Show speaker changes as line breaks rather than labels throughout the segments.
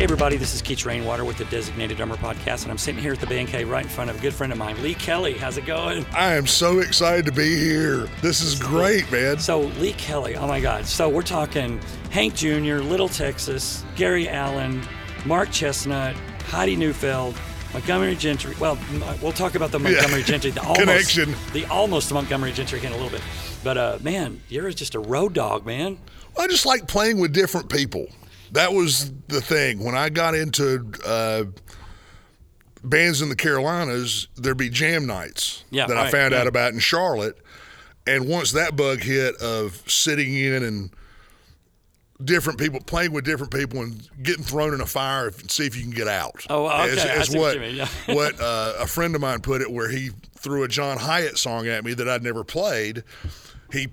everybody. This is Keach Rainwater with the Designated Dumber Podcast, and I'm sitting here at the band cave right in front of a good friend of mine, Lee Kelly. How's it going?
I am so excited to be here. This is great, man.
So, Lee Kelly, oh my God. So, we're talking Hank Jr., Little Texas, Gary Allen, Mark Chestnut, Heidi Newfeld, Montgomery Gentry. Well, m- uh, we'll talk about the Montgomery Gentry, the almost,
Connection.
the almost Montgomery Gentry in a little bit. But uh, man, you're just a road dog, man.
I just like playing with different people. That was the thing. When I got into uh, bands in the Carolinas, there'd be jam nights
Yeah,
that
right,
I found
yeah.
out about in Charlotte. And once that bug hit of sitting in and different people playing with different people and getting thrown in a fire and see if you can get out.
Oh, okay.
It's-
I
it's
see what you mean, yeah.
what uh, a friend of mine put it, where he threw a John Hyatt song at me that I'd never played. He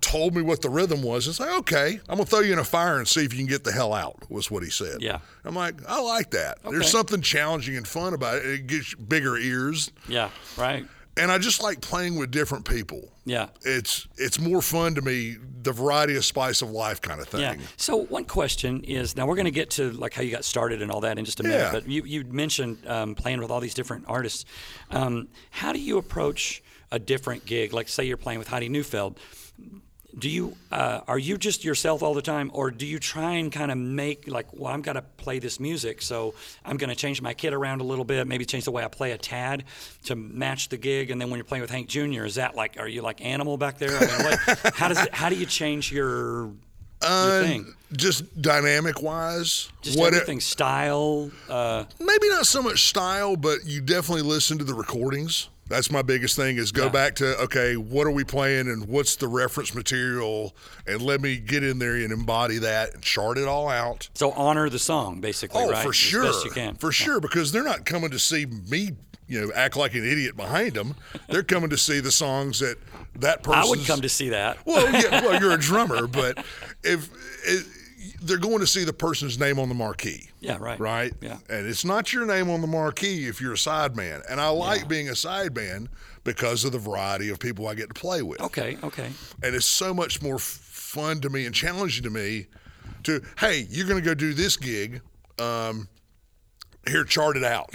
told me what the rhythm was and said, "Okay, I'm gonna throw you in a fire and see if you can get the hell out." Was what he said.
Yeah.
I'm like, I like that.
Okay.
There's something challenging and fun about it. It gets you bigger ears,
Yeah, right.
and I just like playing with different people.
Yeah.
It's it's more fun to me the variety of spice of life kind of thing.
Yeah. So one question is now we're going to get to like how you got started and all that in just a minute.
Yeah.
But you you mentioned um, playing with all these different artists. Um, how do you approach a different gig? Like say you're playing with Heidi Newfeld. Do you uh, are you just yourself all the time, or do you try and kind of make like, well, I'm gonna play this music, so I'm gonna change my kit around a little bit, maybe change the way I play a tad to match the gig, and then when you're playing with Hank Jr., is that like, are you like animal back there? I mean, what, how does it, how do you change your
Um,
your thing?
Just dynamic wise,
Just everything style. Uh,
maybe not so much style, but you definitely listen to the recordings. That's my biggest thing is go
Yeah.
back to okay, what are we playing and what's the reference material, and let me get in there and embody that and chart it all out.
so honor the song, basically.
Oh,
right?
for sure,
As best you can.
for sure, because they're not coming to see me, you know, act like an idiot behind them. They're coming to see the songs that that person.
I would come to see that.
Well, yeah, well, you're a drummer, but if it, they're going to see the person's name on the marquee
Yeah. Right.
right?
Yeah.
And it's not your name on the marquee if you're a side man. And I like being a side man because of the variety of people I get to play with.
Okay. Okay.
And it's so much more f- fun to me and challenging to me to, hey, you're going to go do this gig. Um, here, chart it out.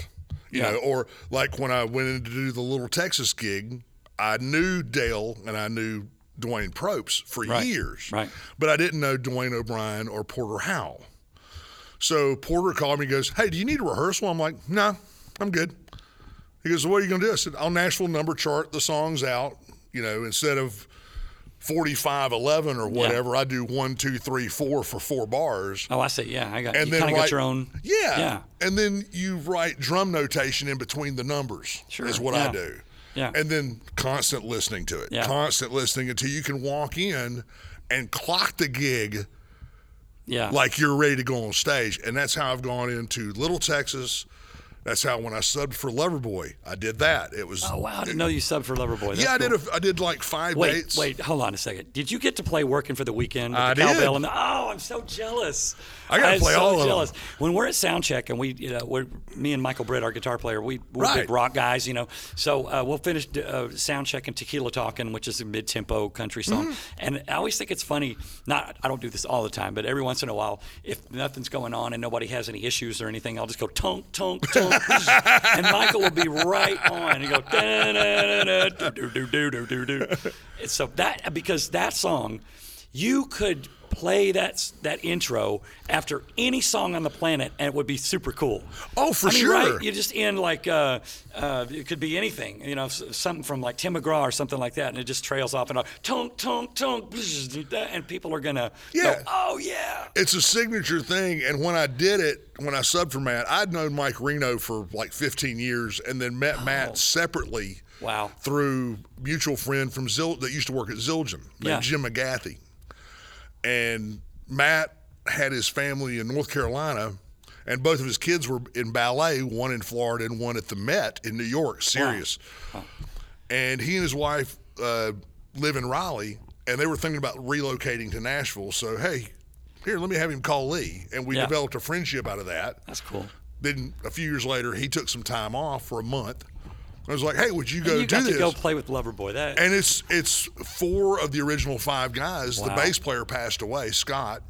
You
Yeah.
know, or like when I went in to do the Little Texas gig, I knew Dale and I knew Dwayne Propes for
Right.
years.
Right.
But I didn't know Dwayne O'Brien or Porter Howell. So Porter called me and goes, Hey, do you need a rehearsal? I'm like, No, I'm good. He goes, What are you going to do? I said, I'll Nashville number chart the songs out, you know, instead of 45 11 or whatever, I do one, two, three, four for four bars.
Oh, I see. Yeah, I got.
And
you
then
kind of
write,
got your own.
Yeah.
Yeah.
And then you write drum notation in between the numbers,
Sure,
is what
yeah.
I do.
Yeah.
And then constant listening to it,
Yeah.
constant listening until you can walk in and clock the gig
Yeah.
like you're ready to go on stage. And that's how I've gone into Little Texas. That's how when I subbed for Loverboy, I did that. It was
oh wow! I didn't know you subbed for Loverboy.
yeah,
That's
I did
cool.
a, I did like five
Wait,
dates.
wait, hold on a second. Did you get to play working for the weekend with
I
the cowbell?
did.
And the, oh, I'm so jealous.
I gotta
I'm
play
so
all of them.
jealous. When we're at soundcheck and we, you know, we're me and Michael Britt, our guitar player, we we're big
Right.
rock guys, you know. So uh, we'll finish uh, soundcheck and tequila talking, which is a mid-tempo country song. And I always think it's funny. Not I don't do this all the time, but every once in a while, if nothing's going on and nobody has any issues or anything, I'll just go tonk tonk tonk, and Michael will be right on. He go da da da da do do do do do do. And So that because that song, you could play that that intro after any song on the planet and it would be super cool.
Oh, for
I mean,
sure.
Right? You just end like uh, uh, it could be anything, you know, s- something from like Tim McGraw or something like that, and it just trails off and off, tonk tonk tonk, bzzz, and people are gonna
Yeah.
go, oh yeah,
it's a signature thing. And when I did it, when I subbed for Matt, I'd known Mike Reno for like 15 years and then met Matt separately
Wow.
through mutual friend from Zil that used to work at Zildjian named
Yeah.
Jim McGathy. And Matt had his family in North Carolina and both of his kids were in ballet, one in Florida and one at the Met in New York, serious and he and his wife uh, live in Raleigh, and they were thinking about relocating to Nashville. So hey, here, let me have him call Lee, and we
Yeah.
developed a friendship out of that.
that's cool.
Then a few years later, he took some time off for a month. I was like, hey, would you go
you
do
got
this?
to go play with Loverboy. That
and it's it's four of the original five guys. The
Wow.
bass player passed away, Scott,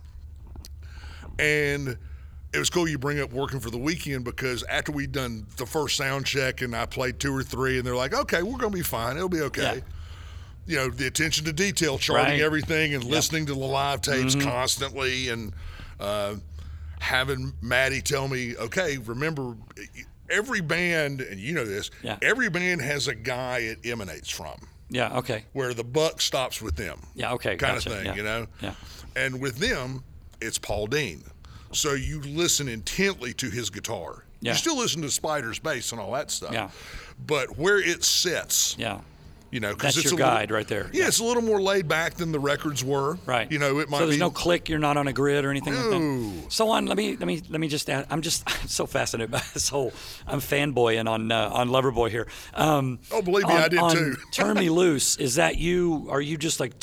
and it was cool you bring up working for the weekend because after we done the first sound check and I played two or three and they're like, okay, we're gonna be fine. It'll be okay.
Yeah.
You know, the attention to detail, charting
Right. Mm-hmm.
everything and listening to the live tapes constantly and uh, having Maddie tell me, okay, remember every band, and you know this,
Yeah.
every band has a guy it emanates from
Yeah. Okay.
where the buck stops with them.
Yeah, okay,
Kind
gotcha,
of thing,
yeah,
you know?
yeah.
And with them, it's Paul Dean. So you listen intently to his guitar.
Yeah.
You still listen to Spider's bass and all that stuff.
Yeah.
But where it sits,
Yeah.
you know, because
That's
it's
your
a little-
guide right there.
Yeah, it's a little more laid back than the records were.
Right.
You know, it might
so there's
be
no click. You're not on a grid or anything like
No.
that. So on. Let me let me let me just add. I'm just I'm so fascinated by this whole. I'm fanboying on uh, on Loverboy here. Um,
Oh, believe me,
on-
I did
on
too.
Turn me loose. Is that you? Are you just like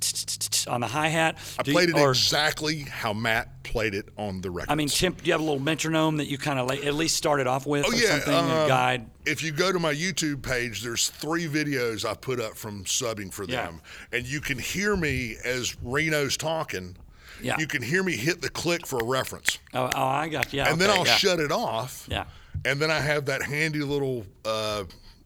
tch-tch-tch-tch-tch on the hi hat?
I played it exactly how Matt played it on the record.
I mean, Tim, do you have a little metronome that you kind of like, at least started off with or something? a
um,
guide.
If you go to my YouTube page, there's three videos I put up from subbing for
Yeah.
them, and you can hear me as Reno's talking.
Yeah.
You can hear me hit the click for a reference,
Oh, oh, I got you. Yeah,
and then
okay,
I'll
yeah.
shut it off.
Yeah.
And then I have that handy little, uh,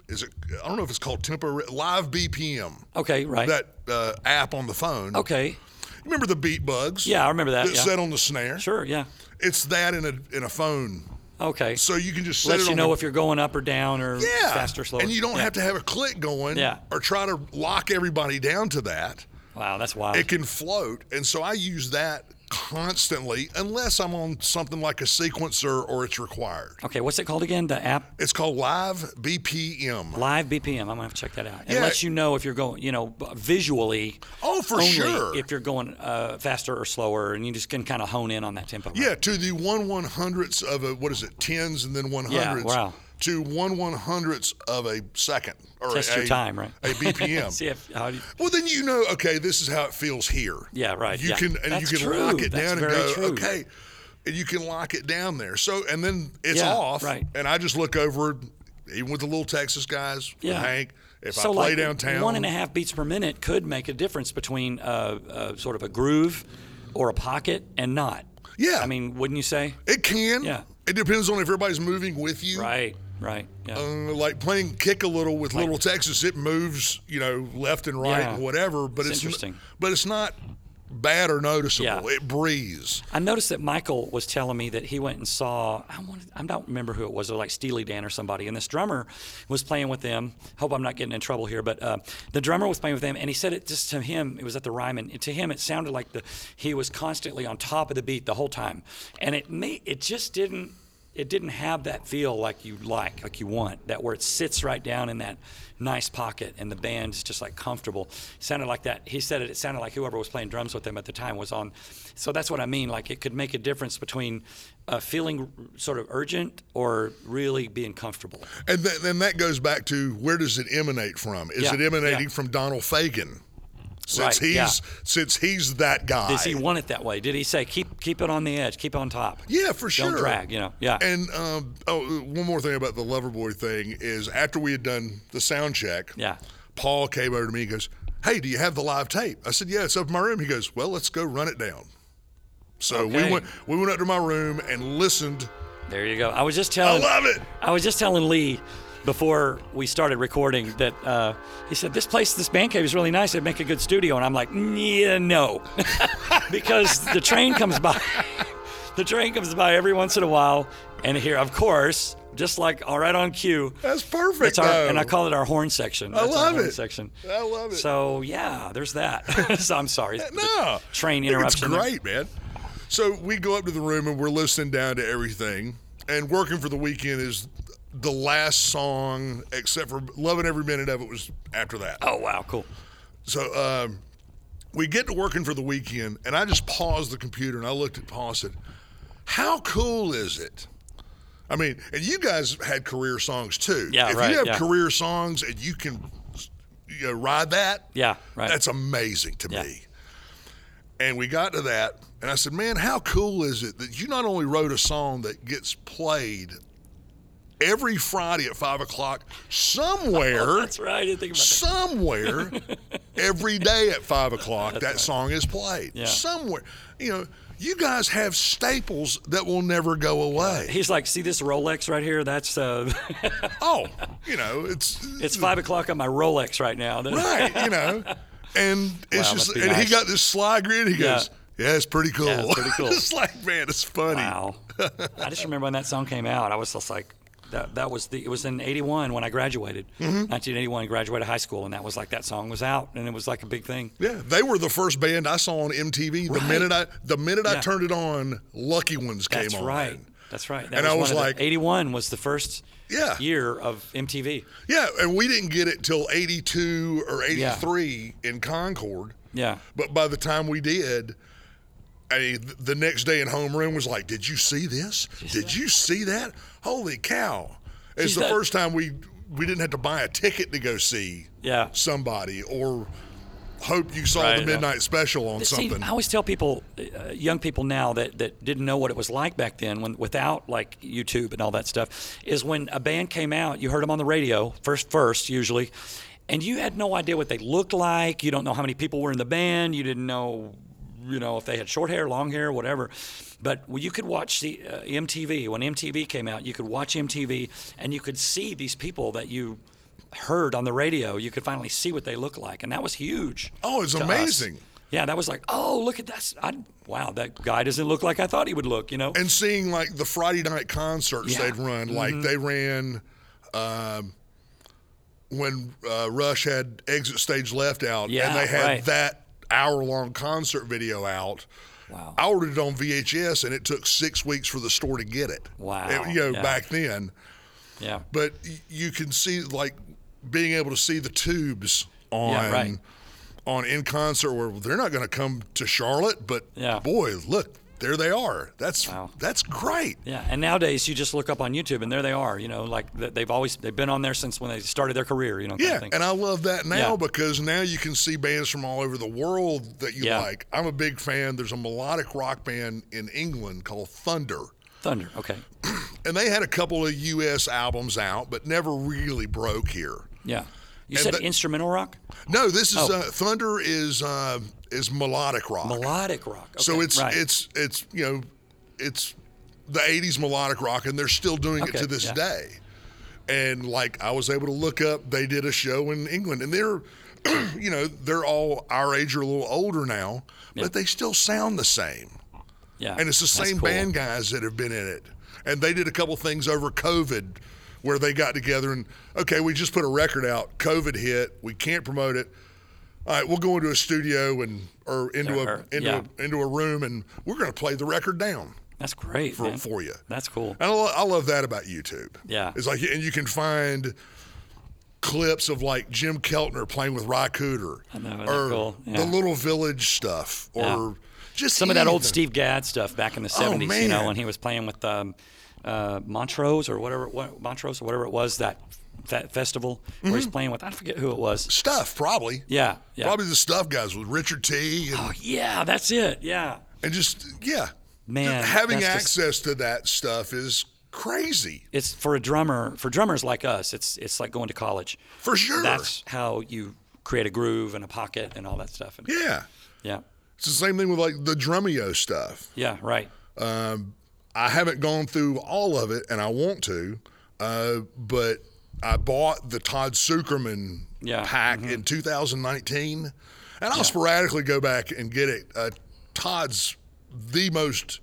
is it? I don't know if it's called tempo live BPM.
Okay, right.
That uh, app on the phone.
okay.
Remember the beat bugs?
Yeah, I remember that.
That's
yeah.
set on the snare.
Sure. Yeah.
It's that in a in a phone,
Okay.
so you can just set
Lets
it
you
on
know
the
if you're going up or down or
Yeah.
faster, slower.
And you don't
Yeah.
have to have a click going
Yeah.
or try to lock everybody down to that.
Wow, that's wild.
It can float. And so I use that constantly unless I'm on something like a sequencer or it's required.
okay, what's it called again? The app
It's called Live BPM.
Live BPM. I'm gonna have to check that out. It
Yeah.
lets you know if you're going, you know, b- visually.
Oh, for
only
sure.
If you're going uh, faster or slower, and you just can kind of hone in on that tempo. right?
Yeah, to the one one hundredths of a, what is it, tens and then one hundredths.
wow.
To one one hundredths of a second or
Test
a,
your time, right?
a BPM.
See if how do you,
Well, then you know, okay, this is how it feels here.
Yeah, right,
You
yeah.
can and
That's
you can
true.
lock it
That's
down and
very
go,
true.
okay, and you can lock it down there. So and then it's
Yeah,
off,
right.
and I just look over, even with the little Texas guys, with
Yeah.
Hank. If
so
I play
like
downtown,
one and a half beats per minute could make a difference between uh, uh, sort of a groove or a pocket and not.
Yeah.
I mean, wouldn't you say?
it can.
Yeah.
It depends on if everybody's moving with you.
Right. Right. Yeah.
Uh, like playing kick a little with Little Texas, it moves, you know, left and right
Yeah.
and whatever. But it's,
It's
n-
interesting.
but it's not bad or noticeable.
Yeah.
It breathes.
I noticed that Michael was telling me that he went and saw I wanted, I don't remember who it was, it was like Steely Dan or somebody, and this drummer was playing with them. Hope I'm not getting in trouble here, but uh, the drummer was playing with them, and he said it just to him. It was at the Ryman. and To him, it sounded like the he was constantly on top of the beat the whole time, and it made, it just didn't it didn't have that feel like you like like you want that where it sits right down in that nice pocket and the band's just like comfortable it sounded like that he said it it sounded like whoever was playing drums with them at the time was on so that's what i mean like it could make a difference between uh, feeling sort of urgent or really being comfortable
And th- then that goes back to where does it emanate from? Is
Yeah,
it emanating
yeah.
from Donald Fagen? Since
Right,
he's
yeah.
since he's that guy.
does he want it that way did he say keep keep it on the edge keep it on top
yeah, for sure.
don't drag you know yeah
And um, oh, one more thing about the Loverboy thing is after we had done the sound check,
Yeah.
Paul came over to me and goes, "Hey, do you have the live tape?" I said, "Yeah, it's up in my room." He goes, "Well, let's go run it down." So we
Okay.
went we went up to my room and listened.
there you go i was just
I
telling
love it.
I was just telling Lee before we started recording that uh, he said this place, this band cave is really nice. It'd make a good studio, and I'm like, "Mm, yeah, no, because the train comes by. the train comes by every once in a while, and here, of course, just like all right on cue.
That's perfect.
It's our,
though.
and I call it our horn section. That's our
love
horn
it.
Section.
I love it.
So yeah, there's that. so I'm sorry.
No.
Train
I think
interruption. there.
It's great, man. So we go up to the room and we're listening down to everything. And working for the weekend is the last song, except for loving every minute of it was after that.
Oh wow, cool.
So um, we get to working for the weekend, and I just paused the computer and I looked at Paul and said, "How cool is it?" I mean, and you guys had career songs too.
Yeah,
if
right,
you have
yeah.
career songs and you can you know, ride that,
Yeah, right.
that's amazing to
Yeah.
me. And we got to that, and I said, "Man, how cool is it that you not only wrote a song that gets played every Friday at five o'clock somewhere."
That's right. I didn't think about that.
somewhere every day at five o'clock that song is played
Yeah.
somewhere you know You guys have staples that will never go away.
He's like, see this Rolex right here? That's uh,
Oh, you know, it's uh,
it's five o'clock on my Rolex right now.
right, you know, and it's
Wow,
just
must be
and he
nice.
got this sly grin. He
Yeah.
goes, "Yeah, it's pretty cool."
it's pretty cool.
it's like, man, it's funny.
Wow. I just remember when that song came out, I was just like, that, that was the, it was in 81 when I graduated,
Mm-hmm.
1981, graduated high school. And that was like, that song was out and it was like a big thing.
Yeah, they were the first band I saw on MTV. The
Right.
minute I the minute I
Yeah.
turned it on, Lucky Ones came
That's
on.
right. That's right. That
And I was
one of
like-
the, 81 was the first
Yeah.
year of MTV.
Yeah, and we didn't get it till 82 or 83 in Concord.
Yeah.
But by the time we did, I mean, th- the next day in homeroom was like, "Did you see this? Did you see that? Holy cow!" It's
She's
the
not-
first time we we didn't have to buy a ticket to go see
Yeah.
somebody or hope you saw
Right,
the
yeah.
midnight special on
See,
something.
I always tell people, uh, young people now that, that didn't know what it was like back then, when without like YouTube and all that stuff, is when a band came out, you heard them on the radio first, first usually, and you had no idea what they looked like. You don't know how many people were in the band. You didn't know, you know, if they had short hair, long hair, whatever. But you could watch the uh, MTV when MTV came out. You could watch MTV and you could see these people that you heard on the radio. You could finally see what they looked like, and that was huge.
oh, it's
to us.
amazing.
Yeah, that was like, oh, look at that. I, wow, that guy doesn't look like I thought he would look, you know?
and seeing like the Friday night concerts
Yeah. Mm-hmm.
they'd run, like they ran um, when uh, Rush had Exit Stage Left out,
Yeah,
and they had
right.
that hour long concert video out.
Wow.
I ordered it on VHS, and it took six weeks for the store to get it.
Wow,
It- you know,
yeah.
back then,
yeah.
but y- you can see like being able to see the tubes on.
right.
On in concert, where they're not going to come to Charlotte, but
Yeah.
boy, look, there they are. That's
Wow.
that's great.
Yeah, and nowadays you just look up on YouTube and there they are, you know, like th- they've always they've been on there since when they started their career, you know. Kind
Yeah,
of thing.
and I love that now
Yeah.
because now you can see bands from all over the world that you
Yeah.
like. I'm a big fan. There's a melodic rock band in England called Thunder,
Thunder. Okay.
and they had a couple of U.S. albums out, but never really broke here.
Yeah. You
And
said
the-
instrumental rock,
No, this is uh, Thunder is uh, is melodic rock.
Oh. melodic rock. Okay,
so it's
right.
it's it's you know it's the 80s melodic rock, and they're still doing it
Okay,
to this
yeah.
day. And like I was able to look up, they did a show in England, and they're you know they're all our age or a little older now, but they still sound the same.
yeah,
And it's the
that's
same
cool.
band guys that have been in it. And they did a couple things over COVID where they got together and, okay, we just put a record out. COVID hit. We can't promote it. All right, we'll go into a studio and or into
Or-
a into, a, into a room and we're going to play the record down
That's great
for,
man.
for you.
That's cool.
And I, lo- I love that about YouTube.
Yeah.
It's like, and you can find clips of like Jim Keltner playing with Ry Cooter
I know, isn't that
or
cool?
the
Yeah.
Little Village stuff or
Yeah.
just
Some of that old
anything.
Steve Gadd stuff back in the seventies, you
Oh, man.
know, when he was playing with um, uh, Montrose or whatever what, Montrose or whatever it was that that festival where
Mm-hmm.
he's playing with I forget who it was.
stuff, probably.
Yeah, yeah,
Probably the stuff guys with Richard T and,
Oh, yeah. That's it. Yeah,
and just yeah.
Man,
Just having
that's just-
access to that stuff is crazy.
it's for a drummer. For drummers like us, it's it's like going to college.
For sure.
That's how you create a groove and a pocket and all that stuff. And,
yeah.
yeah,
It's the same thing with like the Drumeo stuff.
yeah, right.
I haven't gone through all of it and I want to, uh, but I bought the Todd Sukerman
Yeah, mm-hmm.
pack in 2019 and I'll sporadically go back and get it. Uh, Todd's the most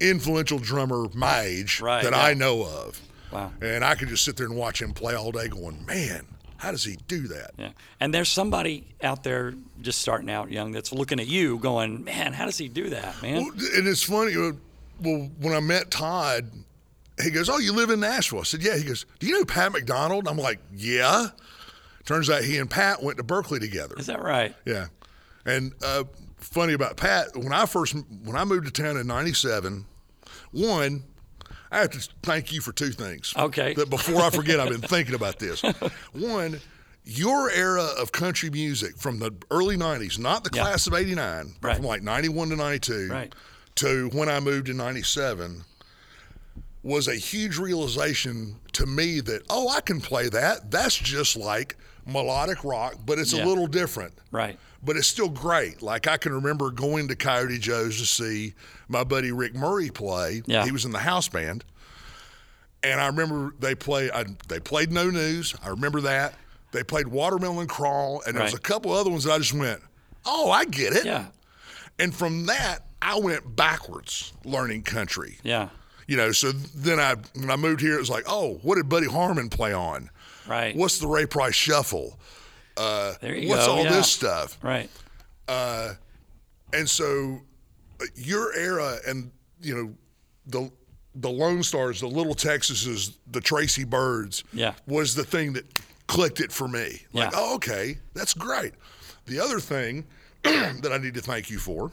influential drummer my age
Right,
that
yeah.
I know of.
Wow.
And I could just sit there and watch him play all day going, man, how does he do that?
Yeah. And there's somebody out there just starting out young that's looking at you, going, "Man, how does he do that, man?"
Well, And it's funny. uh, Well, when I met Todd, he goes, "Oh, you live in Nashville?" I said, "Yeah." He goes, "Do you know Pat McDonald?" I'm like, "Yeah." Turns out he and Pat went to Berkeley together.
Is that right?
Yeah, and uh, funny about Pat when I first when I moved to town in '97, one. I have to thank you for two things.
Okay.
That before I forget, I've been thinking about this. One, your era of country music from the early '90s, not the class of '89, but
Right.
from like '91 to '92,
Right.
to when I moved in '97, was a huge realization to me that oh, I can play that. That's just like melodic rock, but it's
Yeah.
a little different.
Right.
But it's still great. Like I can remember going to Coyote Joe's to see my buddy Rick Murray play.
Yeah.
He was in the house band. And I remember they play I, they played No News. I remember that. They played Watermelon Crawl and there was
Right.
a couple other ones that I just went, "Oh, I get it."
Yeah.
And from that, I went backwards learning country.
Yeah.
You know, so then I when I moved here, it was like, oh, what did Buddy Harmon play on?
Right.
What's the Ray Price Shuffle? Uh,
There you
what's
go,
all
yeah.
this stuff?
Right.
And so, uh, your era, and you know, the the Lone Stars, the Little Texases, the Tracy Birds,
Yeah.
was the thing that clicked it for me.
Yeah.
Like, oh, okay, that's great. The other thing that I need to thank you for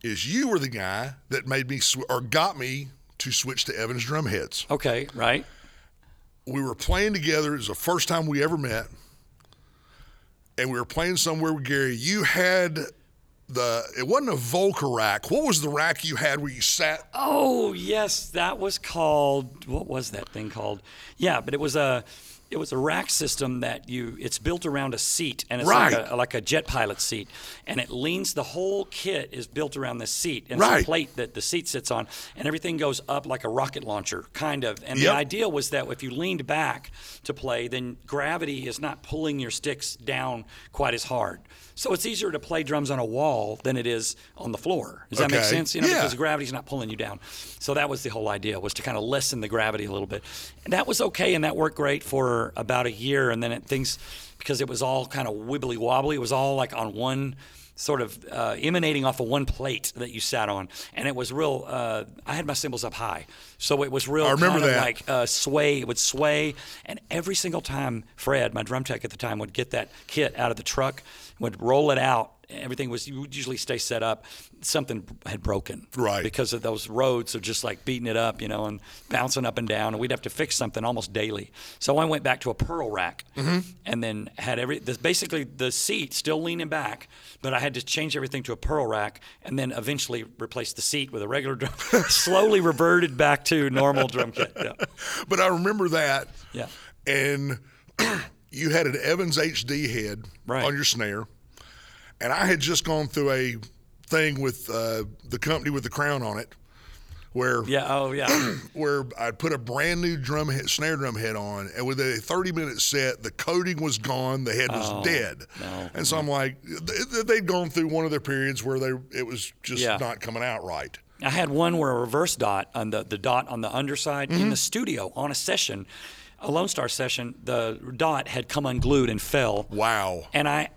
is you were the guy that made me sw- or got me to switch to Evans drum hits.
Okay. Right.
we were playing together. It was the first time we ever met, and we were playing somewhere with Gary. You had the it wasn't a Volker rack. What was the rack you had where you sat?
Oh yes, that was called. What was that thing called? Yeah, but it was a. It was a rack system that you. It's built around a seat, and it's
Right.
like, a, like a jet pilot seat, and it leans. The whole kit is built around the seat, and
Right.
it's a plate that the seat sits on, and everything goes up like a rocket launcher, kind of. And
Yep.
the idea was that if you leaned back to play, then gravity is not pulling your sticks down quite as hard. So it's easier to play drums on a wall than it is on the floor. Does that make
Okay.
sense? You know,
Yeah.
because gravity's not pulling you down. So that was the whole idea was to kind of lessen the gravity a little bit. And that was okay and that worked great for about a year and then it, things because it was all kind of wibbly wobbly, it was all like on one sort of uh, emanating off of one plate that you sat on and it was real uh, I had my cymbals up high. So it was real
I remember
kind of
that.
like uh, sway, it would sway and every single time Fred, my drum tech at the time would get that kit out of the truck, would roll it out Everything was you would usually stay set up. Something had broken,
Right.
because of those roads are just like beating it up, you know, and bouncing up and down, and we'd have to fix something almost daily. So I went back to a pearl rack, and then had every this, basically the seat still leaning back, but I had to change everything to a pearl rack, and then eventually replace the seat with a regular drum. slowly reverted back to normal drum kit. Yeah.
But I remember that.
Yeah.
And you had an Evans HD head
Right.
on your snare, and I had just gone through a thing with uh, the company with the crown on it, where
Yeah. Oh yeah.
where I put a brand new drum head, snare drum head on, and with a 30 minute set, the coating was gone, the head was dead,
Oh, no.
and so I'm like, th- th- they'd gone through one of their periods where they it was just
Yeah.
not coming out right.
I had one where a reverse dot on the, the dot on the underside in the studio on a session, a Lone Star session, the dot had come unglued and fell.
Wow.
And I,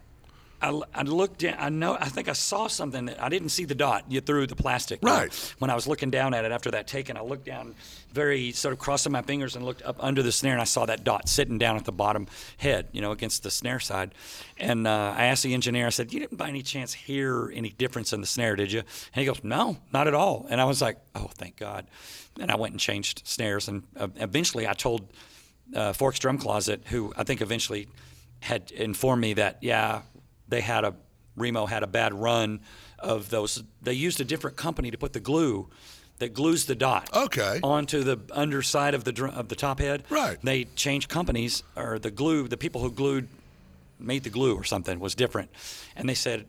I, I looked down. I know. I think I saw something that I didn't see the dot you through the plastic.
Right.
When I was looking down at it after that take, and I looked down, very sort of crossing my fingers, and looked up under the snare, and I saw that dot sitting down at the bottom head, you know, against the snare side. And uh, I asked the engineer. I said, "You didn't by any chance hear any difference in the snare, did you?" And he goes, "No, not at all." And I was like, "Oh, thank God." And I went and changed snares, and uh, eventually I told uh, Forks Drum Closet, who I think eventually had informed me that yeah, they had a Remo had a bad run of those. They used a different company to put the glue that glues the dot
Okay.
onto the underside of the dr- of the top head.
Right.
They changed companies or the glue. The people who glued made the glue or something was different, and they said.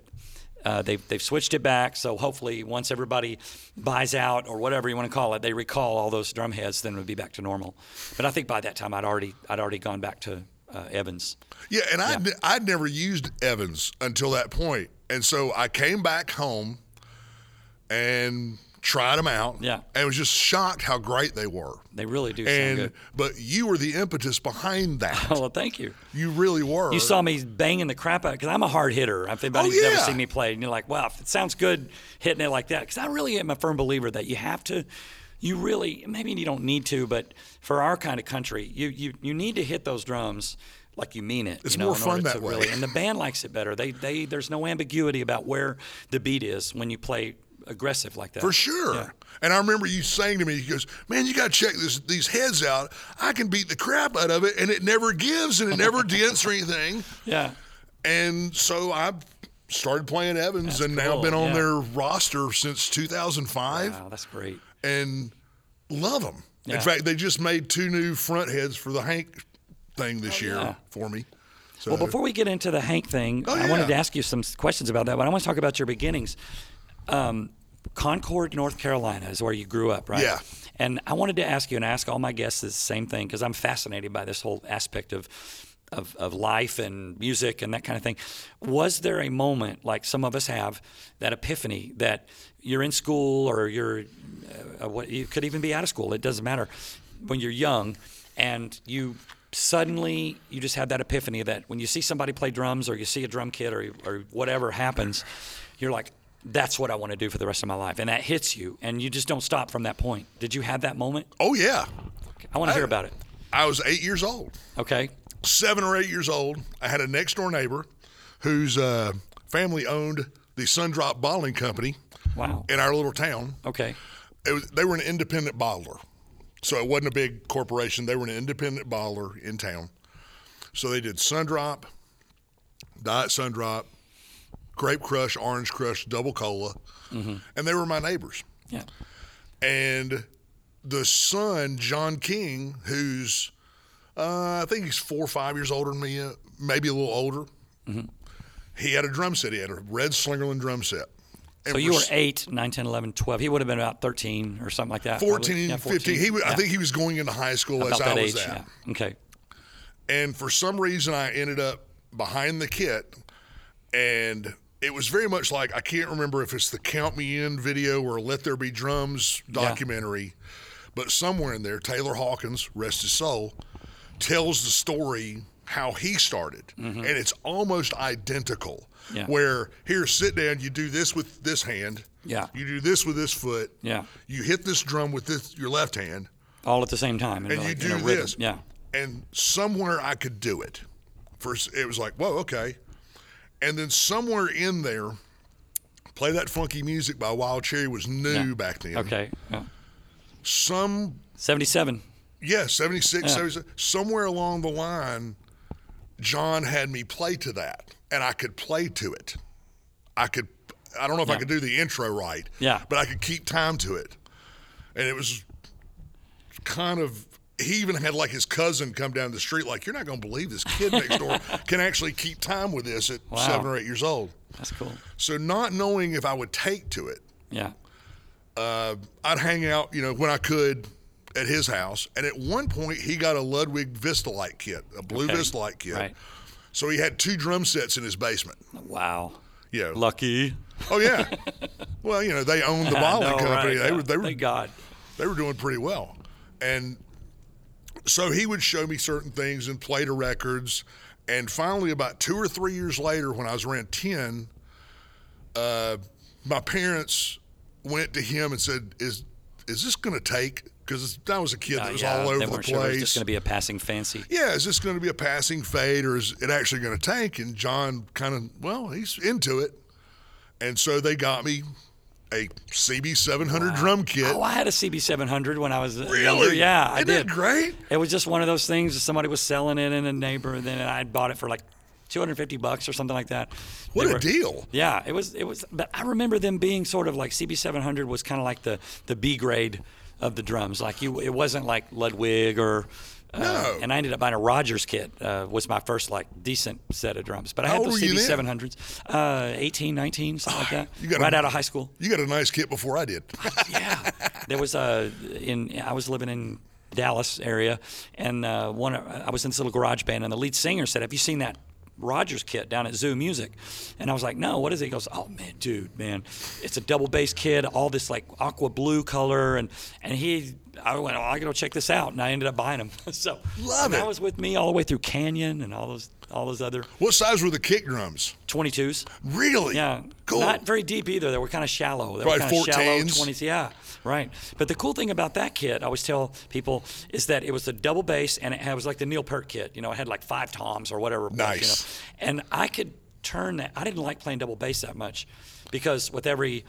Uh, they've, they've switched it back, so hopefully once everybody buys out or whatever you want to call it, they recall all those drum heads, then it would be back to normal. But I think by that time I'd already I'd already gone back to uh, Evans.
Yeah, and I would I'd never used Evans until that point, and so I came back home and tried them out.
Yeah.
and was just shocked how great they were.
They really do sound
And
good.
but you were the impetus behind that.
Oh, well, thank you.
You really were.
You saw me banging the crap out because I'm a hard hitter. If anybody's
Oh,
ever
yeah.
seen me play, and you're like, wow, if it sounds good hitting it like that. Because I really am a firm believer that you have to, you really, maybe you don't need to, but for our kind of country, you you, you need to hit those drums like you mean it.
It's
you know,
more
in
fun
order
that
to
way.
Really, and the band likes it better. They they there's no ambiguity about where the beat is when you play aggressive like that.
For sure. And I remember you saying to me, he goes, Man, you got to check this, these heads out. I can beat the crap out of it, and it never gives and it never dents or anything.
Yeah.
And so I started playing Evans and now
cool,
been on
yeah.
their roster since 2005
Wow, that's great.
and love them.
Yeah.
In fact, they just made two new front heads for the Hank thing this year
Oh, yeah.
for me.
well, before we get into the Hank thing,
Oh,
I wanted
yeah.
to ask you some questions about that, but I want to talk about your beginnings. Um, Concord, North Carolina is where you grew up, right?
Yeah.
And I wanted to ask you and ask all my guests the same thing because I'm fascinated by this whole aspect of, of, of life and music and that kind of thing. Was there a moment, like some of us have, that epiphany that you're in school or you're, uh, what, you could even be out of school, it doesn't matter, when you're young and you suddenly you just have that epiphany that when you see somebody play drums or you see a drum kit or, or whatever happens, you're like, that's what I want to do for the rest of my life. And that hits you, and you just don't stop from that point. Did you have that moment?
Oh yeah,
I want to hear about it.
I was eight years old.
Okay.
seven or eight years old, I had a next door neighbor whose uh, family owned the Sundrop Bottling Company
Wow.
in our little town.
Okay.
It was, they were an independent bottler. So it wasn't a big corporation. They were an independent bottler in town. So they did Sundrop, Diet Sundrop, Grape Crush, Orange Crush, Double Cola. And they were my neighbors
Yeah.
and the son John King, who's uh, I think he's four or five years older than me, uh, maybe a little older.
Mm-hmm.
He had a drum set. He had a red Slingerland drum set. And
So you were
s-
8, 9, 10, 11, 12. He would have been about 13 or something like that.
14,
Yeah,
15. He, wa- I
Yeah,
think he was going into high school as
about
I
that
was
age.
at.
Yeah. Okay.
And for some reason, I ended up behind the kit. And it was very much like I can't remember if it's the Count Me In video or Let There Be Drums documentary, but somewhere in there, Taylor Hawkins, rest his soul, tells the story how he started. And it's almost identical.
Mm-hmm. Yeah.
Where here, sit down, you do this with this hand.
Yeah.
You do this with this foot.
Yeah.
You hit this drum with this your left hand.
All at the same time.
And
like
you
in a
do
rhythm.
this.
Yeah.
And somewhere I could do it. First, it was like, whoa, okay. And then somewhere in there, play that funky music by Wild Cherry was new
Yeah.
back then.
Okay. Yeah.
Some,
77.
yeah, 76, 77, somewhere along the line, John had me play to that and I could play to it. I could, I don't know if I
Yeah.
could do the intro right,
Yeah.
but I could keep time to it. And it was kind of he even had like his cousin come down the street like you're not going to believe this kid next door can actually keep time with this at
Wow.
seven or eight years old
That's cool.
so not knowing if i would take to it
Yeah.
i'd hang out you know when i could at his house and at one point he got a ludwig vistalite kit a blue
Okay.
vistalite kit
Right.
so he had two drum sets in his basement
Wow.
you know.
Lucky.
oh yeah well you know they owned the
I
bottling
know,
company
right?
Oh they were they were
Thank God.
they were doing pretty well. And so he would show me certain things and play to records. And finally, about two or three years later, when I was around 10, uh, my parents went to him and said, Is, is this going to take? Because I was a kid that was
Oh, yeah,
all
they
over the
weren't
place.
sure it was just going to be a passing fancy.
yeah, is this going to be a passing fade or is it actually going to tank? And John kind of, well, he's into it. And so they got me a CB700 drum kit.
Oh, I had a CB700 when I was really?
Really?
Yeah, I
Isn't
did.
that great?
It was just one of those things. that Somebody was selling it in a neighbor, and then I bought it for like 250 bucks or something like that.
What
They
a
were-
deal.
Yeah, it was. It was. But I remember them being sort of like CB700 was kind of like the the B grade of the drums. Like you, it wasn't like Ludwig or. Uh,
No.
And I ended up buying a Rogers kit. Uh, was my first like decent set of drums. But I
How
had
old
those
were you then? Ah,
CB700s, uh, 18, 19, something like that.
you gotta-
right out of high school.
You got a nice kit before I did.
yeah, there was a in I was living in Dallas area, and uh, one I was in this little garage band, and the lead singer said, "Have you seen that?" Rogers kit down at Zoo Music, and I was like, "No, what is it?" He goes, "Oh man, dude, man, it's a double bass kit, all this like aqua blue color, and and he, I went, oh, I gotta check this out, and I ended up buying him. so
Love
and
it.
That was with me all the way through Canyon and all those all those other
What size were the kick drums?
22s.
Really?
Yeah.
Cool.
Not very deep either. They were kind of shallow. They
Probably
were kind of shallow
14s.
20s. Yeah, right. But the cool thing about that kit, I always tell people, is that it was a double bass and it had- it was like the Neil Peart kit. You know, it had like five toms or whatever. it was,
Nice.
You know? And I could turn that. I didn't like playing double bass that much because with every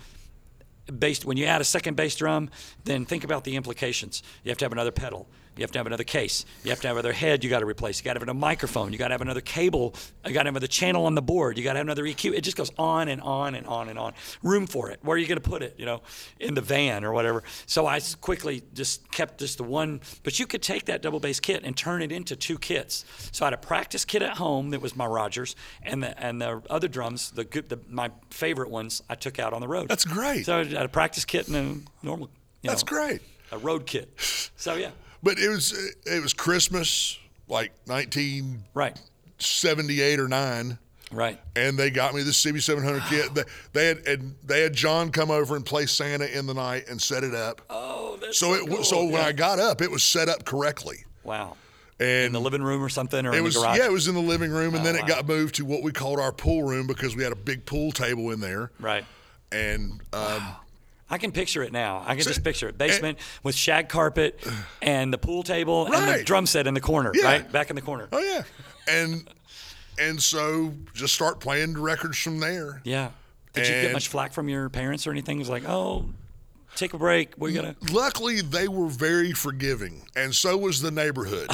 bass, when you add a second bass drum, then think about the implications. You have to have another pedal. You have to have another case. You have to have another head. You got to replace. You got to have another microphone. You got to have another cable. You got to have another channel on the board. You got to have another EQ. It just goes on and on and on and on. Room for it. Where are you going to put it? You know, in the van or whatever. So I s- quickly just kept just the one. But you could take that double bass kit and turn it into two kits. So I had a practice kit at home that was my Rogers, and the and the other drums, the good, the, my favorite ones, I took out on the road.
That's great.
So I had a practice kit and a normal. You
That's
know,
great.
A road kit. So yeah,
But it was uh, it was Christmas, like nineteen
right,
seventy eight or nine,
right.
and they got me this CB seven hundred kit. They, they had and they had John come over and play Santa in the night and set it up.
Oh, that's
so it w
cool.
so when
Yeah.
I got up, it was set up correctly,
wow.
and
In the living room or something, or
it
in
was
the garage. Oh,
yeah, it was in the living room, and then it got moved to what we called our pool room because we had a big pool table in there,
Right.
and um,
I can picture it now. I can just picture it. Basement with shag carpet and the pool table and the
Right.
drum set in the corner,
Yeah.
right? Back in the corner.
oh yeah, and and so just start playing records from there.
Yeah. Did you get
And-
much flack from your parents or anything? It was like, oh, take a break. We're going to.
luckily they were very forgiving and so was the neighborhood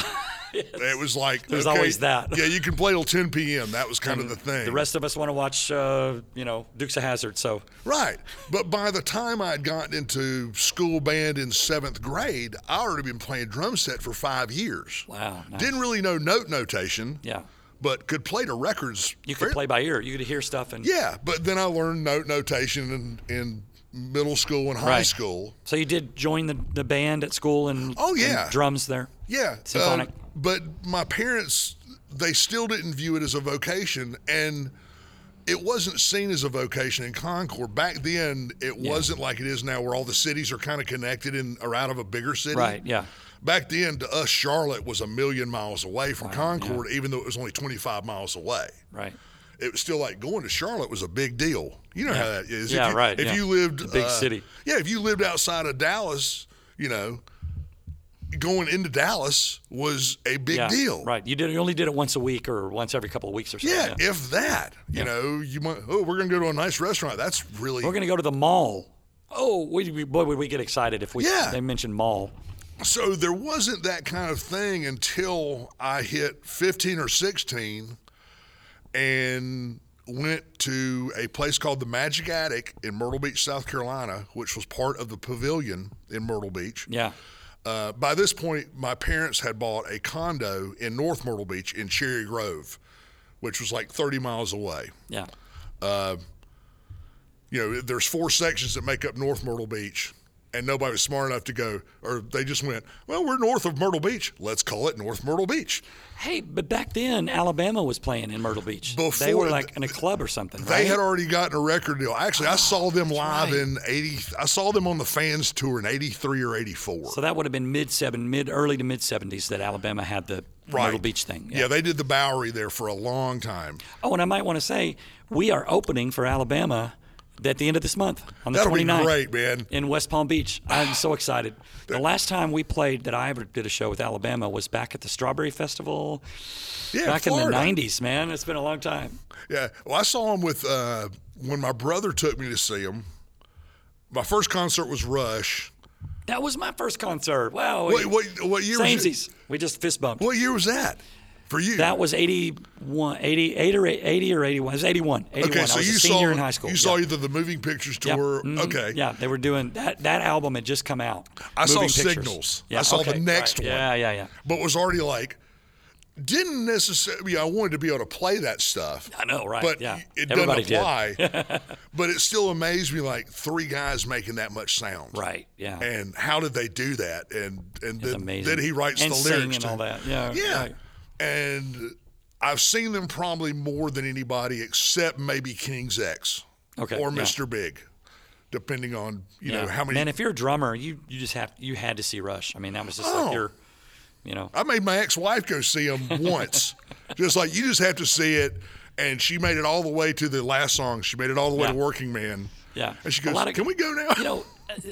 it was like
There's
okay,
always that.
yeah you can play till 10 p.m that was kind of the thing
The rest of us want to watch, uh, you know, Dukes of Hazard. So,
right but by the time i'd gotten into school band in seventh grade i already been playing drum set for five years
wow. nice.
didn't really know note notation
Yeah.
but could play to records
You could
fair-
play by ear. You could hear stuff. And
yeah but then i learned note notation in, in middle school and high
Right.
school
so you did join the, the band at school and,
Oh,
and
yeah.
drums there.
Yeah.
Symphonic.
uh, but my parents, they still didn't view it as a vocation. And it wasn't seen as a vocation in Concord. Back then, it wasn't like it is now, where all the cities are kind of connected in or out of a bigger city.
Right. Yeah.
Back then, to us, Charlotte was a million miles away from Concord, even though it was only 25 miles away.
Right.
It was still like going to Charlotte was a big deal. You know how that is.
Yeah,
if you,
right,
If
yeah.
you lived
a big
uh,
city.
yeah, if you lived outside of Dallas, you know, going into Dallas was a big
Yeah.
deal.
Right. You did. You only did it once a week or once every couple of weeks or something.
Yeah, if that, you know, you might. Oh, we're gonna go to a nice restaurant. That's really
We're going to go to the mall. Oh, we, we, boy, would we get excited if we
Yeah.
they mentioned mall.
so. There wasn't that kind of thing until I hit fifteen or sixteen, and went to a place called the Magic Attic in Myrtle Beach, South Carolina, which was part of the Pavilion in Myrtle Beach.
Yeah.
Uh, by this point, my parents had bought a condo in North Myrtle Beach in Cherry Grove, which was like 30 miles away.
Yeah.
You know, there's four sections that make up North Myrtle Beach, and nobody was smart enough to go, or they just went, well, we're north of Myrtle Beach. Let's call it North Myrtle Beach.
Hey, but back then Alabama was playing in Myrtle Beach. they
Before-
were like in a club or something.
They
right?
had already gotten a record deal. Actually, I saw them live
right.
in 80, I saw them on the fans tour in 83 or 84.
so that would have been mid seven, mid early to mid seventies that Alabama had the Myrtle
Right.
Beach thing.
yeah, they did the Bowery there for a long time.
Oh, and I might want to say we are opening for Alabama at the end of this month on the
That'll be
29th.
great, man.
in West Palm Beach. I'm so excited. The last time we played that I ever did a show with Alabama was back at the Strawberry Festival
Yeah,
back
Florida.
in the 90s, man. It's been a long time.
Yeah. Well, I saw him with uh, when my brother took me to see him. My first concert was Rush.
That was my first concert. Wow.
What what, what year? Was it?
Samesies. We just fist bumped.
What year was that for you?
That was 81, 88 or 80 or 81. It was 81. 81.
okay.
I was
so
a
you
senior
saw
in high school.
You
yeah.
saw either the Moving Pictures
Yeah.
tour.
Mhm.
Okay.
Yeah, they were doing that. That album had just come out.
I saw
Moving Pictures.
Signals. I
Yeah,
saw the
okay,
next
right.
one.
Yeah, yeah, yeah.
But was already like, didn't necessarily. I wanted to be able to play that stuff.
I know, right?
But
yeah,
it
everybody
doesn't apply. but it still amazed me, like three guys making that much sound.
did. Right? Yeah.
And how did they do that? And and then,
amazing.
then he writes
and
the
sing
lyrics
and
to-
all that. Yeah.
Yeah.
right.
And I've seen them probably more than anybody except maybe King's X
Okay,
or
yeah.
Mr. Big, depending on, you know,
Yeah.
how many.
Man, if you're a drummer, you you just have you had to see Rush. I mean, that was just
Oh.
like your, you know.
I made my ex wife go see them once. just like, you just have to see it. And she made it all the way to the last song. She made it all the way to
Yeah.
Working Man.
Yeah.
And she
A
goes,
lot of-
Can we go now?
you know,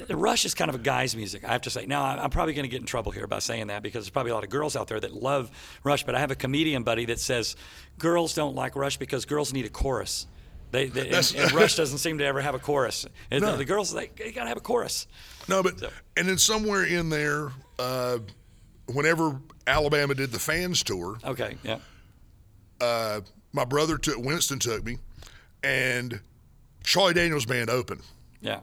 uh, Rush is kind of a guy's music. I have to say. Now, I- I'm probably going to get in trouble here by saying that because there's probably a lot of girls out there that love Rush. But I have a comedian buddy that says girls don't like Rush because girls need a chorus. They, they and, and Rush doesn't seem to ever have a chorus. And The girls they, they gotta have a chorus.
No, but and then somewhere in there, uh, whenever Alabama did the fans tour,
Okay. Yeah.
uh, my brother took Winston took me, and Charlie Daniels Band opened.
Yeah.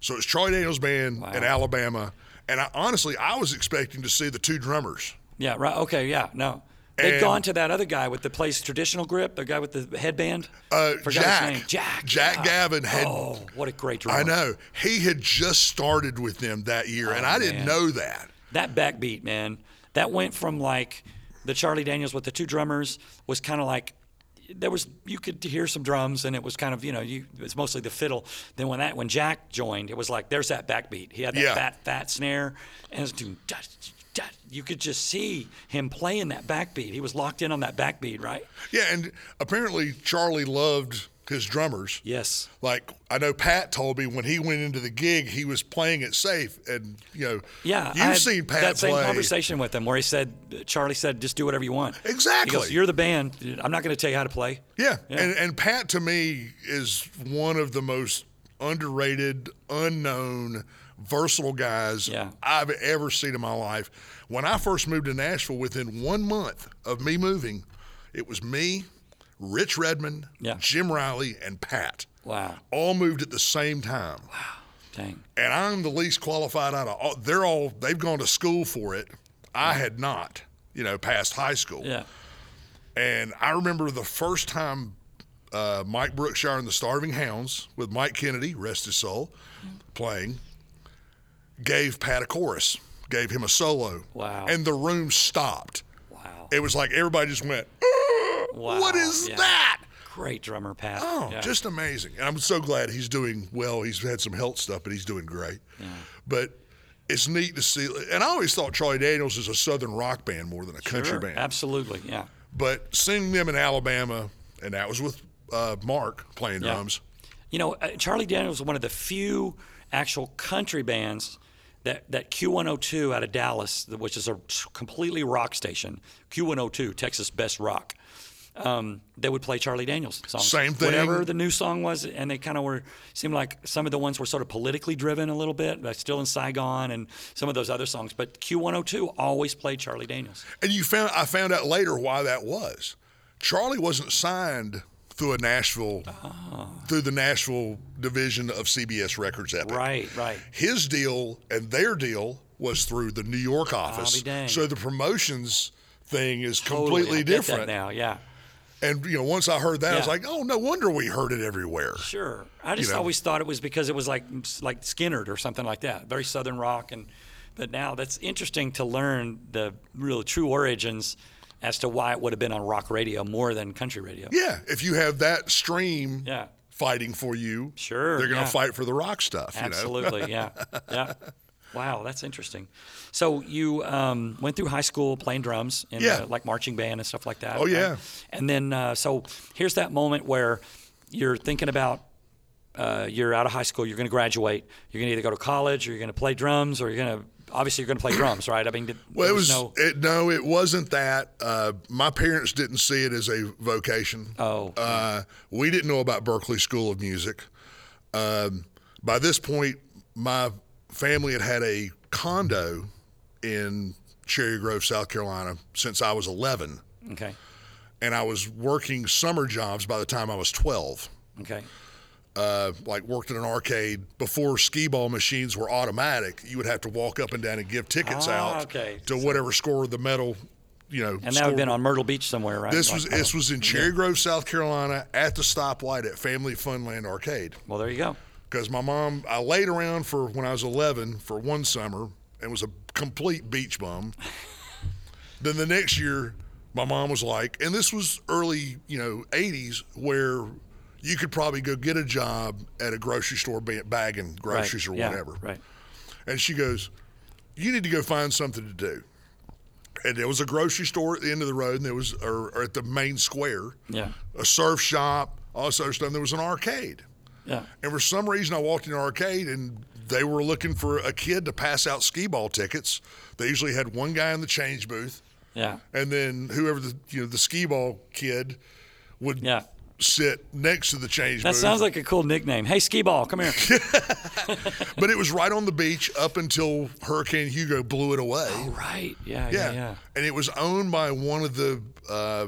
So it's Charlie Daniels Band and Alabama, and I, honestly I was expecting to see the two drummers.
Yeah. Right. Okay. Yeah. No. They've
And-
gone to that other guy with the plays traditional grip, the guy with the headband.
Uh,
Forgot
Jack,
his name. Jack. yeah.
Gavin had.
Oh, what a great drummer.
I know he had just started with them that year, and I didn't
Oh, man.
know that.
That backbeat, man, that went from like the Charlie Daniels with the two drummers was kind of like there was you could hear some drums and it was kind of you know you it's mostly the fiddle. Then when that when Jack joined, it was like there's that backbeat. He had that
Yeah.
fat fat snare and it was doing da, da, da. you could just see him playing that backbeat. He was locked in on that backbeat, right?
Yeah, and apparently Charlie loved his drummers.
Yes.
Like I know Pat told me when he went into the gig, he was playing it safe, and you know,
Yeah, I
you've
had
seen Pat
that
play.
same conversation with him where he said, Charlie said, just do whatever you want. He goes,
Exactly.
You're the band. I'm not going to tell you how to play.
Yeah, And, and Pat to me is one of the most underrated, unknown, versatile guys
Yeah.
I've ever seen in my life. When I first moved to Nashville, within one month of me moving, it was me, Rich Redmond,
Yeah.
Jim Riley, and Pat.
Wow.
All moved at the same time,
Dang.
and I'm the least qualified out of all. They're all they've gone to school for it. I had not, you know, past high school.
Yeah.
And I remember the first time uh, Mike Brookshire and the Starving Hounds with Mike Kennedy, rest his soul, playing, gave Pat a chorus, gave him a solo.
Wow.
And the room stopped.
Wow.
It was like everybody just went, "Uh,
wow.
What is
yeah.
that?
Great drummer, Pat.
Oh,
yeah.
just amazing. And I'm so glad he's doing well. He's had some health stuff, but he's doing great. But it's neat to see. And I always thought Charlie Daniels is a Southern rock band more than a country
Sure,
band.
Absolutely. Yeah.
but seeing them in Alabama, and that was with uh, Mark playing
Yeah.
drums.
You know, uh, Charlie Daniels was one of the few actual country bands that, that Q102 out of Dallas, which is a completely rock station, Q102, Texas Best Rock, um, they would play Charlie Daniels songs.
Same thing.
Whatever the new song was, and they kind of were, seemed like some of the ones were sort of politically driven a little bit, like Still in Saigon and some of those other songs. But Q102 always played Charlie Daniels.
And you found I found out later why that was. Charlie wasn't signed through a Nashville
Ah.
through the Nashville division of CBS Records Epic.
Right, right.
His deal and their deal was through the New York office.
dang.
So the promotions thing is
Totally. I
completely
get that
different.
now. Yeah,
And you know, once I heard that, I was
Yeah.
like, oh, no wonder we heard it everywhere.
sure. I just
know.
always thought it was because it was like like Skinnerd or something like that, very southern rock. And but now that's interesting to learn the real true origins as to why it would have been on rock radio more than country radio.
Yeah, if you have that stream
Yeah.
fighting for you,
Sure,
they're going to
yeah.
fight for the rock stuff. You know?
Absolutely, yeah, yeah. Wow, that's interesting. So you um, went through high school playing drums in
Yeah.
uh, like marching band and stuff like that.
Oh, yeah.
And then uh, so here's that moment where you're thinking about uh, you're out of high school, you're going to graduate, you're going to either go to college, or you're going to play drums, or you're going to obviously you're going to play drums, right? I mean, did,
Well,
there
it was
no.
it, no, it wasn't that. Uh, my parents didn't see it as a vocation.
Oh,
Uh, we didn't know about Berkeley School of Music. Um, by this point, my family had had a condo in Cherry Grove, South Carolina, since I was 11,
okay,
and I was working summer jobs by the time I was 12.
okay,
uh, like worked in an arcade before skee ball machines were automatic. You would have to walk up and down and give tickets
Ah,
out
okay.
to whatever score the medal, you know.
and that would have
scored.
been on Myrtle Beach somewhere, right?
this
Like,
was
oh,
this was in Cherry Grove, South Carolina, at the stoplight at Family Funland Arcade.
well, there you go.
Because my mom, I laid around for when I was 11 for one summer and was a complete beach bum. then the next year, my mom was like, and this was early, you know, 80s, where you could probably go get a job at a grocery store ba- bagging
Right,
groceries or
yeah,
whatever.
Right.
And she goes, You need to go find something to do. And there was a grocery store at the end of the road, and there was, or, or at the main square,
Yeah.
a surf shop, all this other stuff. And there was an arcade.
Yeah.
And for some reason, I walked in the arcade and they were looking for a kid to pass out skee ball tickets. They usually had one guy in the change booth,
Yeah.
and then whoever the you know the skee ball kid would
Yeah.
sit next to the change
That
booth.
sounds like a cool nickname. Hey, skee ball, come here.
but it was right on the beach up until Hurricane Hugo blew it away.
right. Yeah,
yeah.
yeah, yeah.
And it was owned by one of the uh,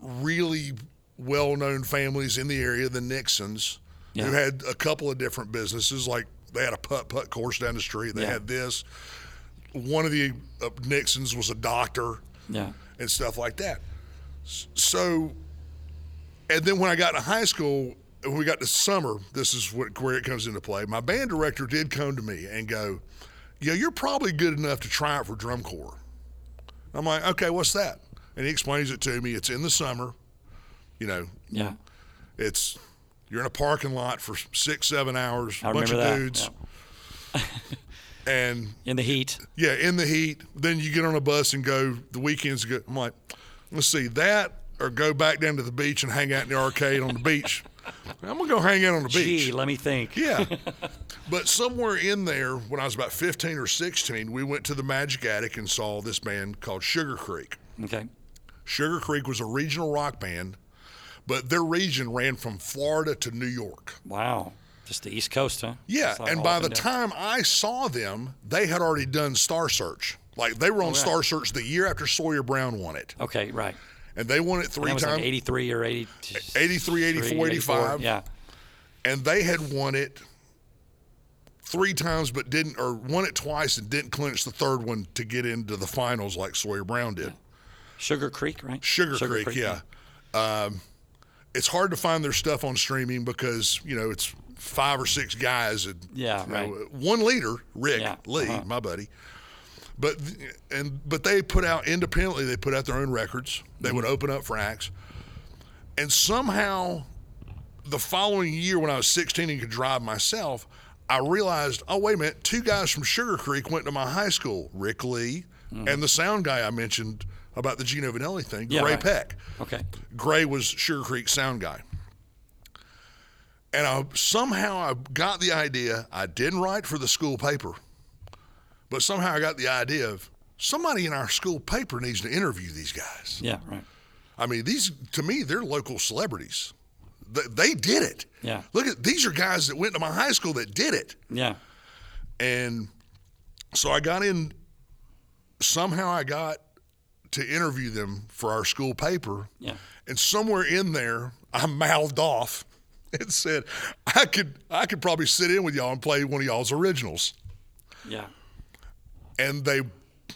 really well known families in the area, the Nixons,
Yeah.
who had a couple of different businesses. Like they had a putt putt course down the street, they
Yeah.
had this. One of the uh, Nixons was a doctor
Yeah.
and stuff like that. S- So, and then when I got to high school, when we got to summer, this is what, where it comes into play. My band director did come to me and go, "Yeah, you're probably good enough to try out for drum corps." I'm like, "Okay, what's that?" And he explains it to me. It's in the summer, you know.
Yeah.
It's you're in a parking lot for six, seven hours,
I
bunch
remember that.
of dudes, and
In the heat.
yeah, in the heat. Then you get on a bus and go the weekends. Go, I'm like, let's see that, or go back down to the beach and hang out in the arcade on the beach. I'm gonna go hang out on the beach.
Gee, let me think.
Yeah, but somewhere in there, when I was about 15 or 16, we went to the Magic Attic and saw this band called Sugar Creek.
Okay.
Sugar Creek was a regional rock band, but their region ran from Florida to New York.
Wow. Just the East Coast, huh?
Yeah,
It's like
and
all
by
up
the
down.
time I saw them, they had already done Star Search. Like they
Oh,
were on Star Search the year after Sawyer Brown won it,
Okay, right.
and they won it three
That was
times.
like 83 or 80,
83, 84, 85.
Yeah.
and they had won it three times, but didn't, or won it twice and didn't clinch the third one to get into the finals like Sawyer Brown did.
Sugar Creek, right?
Sugar, Creek, yeah. Um, it's hard to find their stuff on streaming because you know it's five or six guys and
Yeah,
you know,
right.
one leader, Rick
Yeah,
Lee,
uh-huh.
my buddy. But th- and but they put out independently. They put out their own records. They
Mm-hmm.
would open up for acts, and somehow, the following year when I was 16 and could drive myself, I realized, oh wait a minute, two guys from Sugar Creek went to my high school, Rick Lee, and the sound guy I mentioned about the Gino Vanelli thing,
Mm. Yeah,
Gray
right.
Peck.
Okay.
Gray was Sugar Creek sound guy. And I somehow I got the idea. I didn't write for the school paper, but somehow I got the idea of somebody in our school paper needs to interview these guys.
Yeah, right.
I mean, these to me they're local celebrities. They, they did it.
Yeah.
Look at these are guys that went to my high school that did it.
Yeah.
And so I got in, somehow I got to interview them for our school paper.
Yeah.
And somewhere in there, I mouthed off and said, I could, I could probably sit in with y'all and play one of y'all's originals.
Yeah.
And they,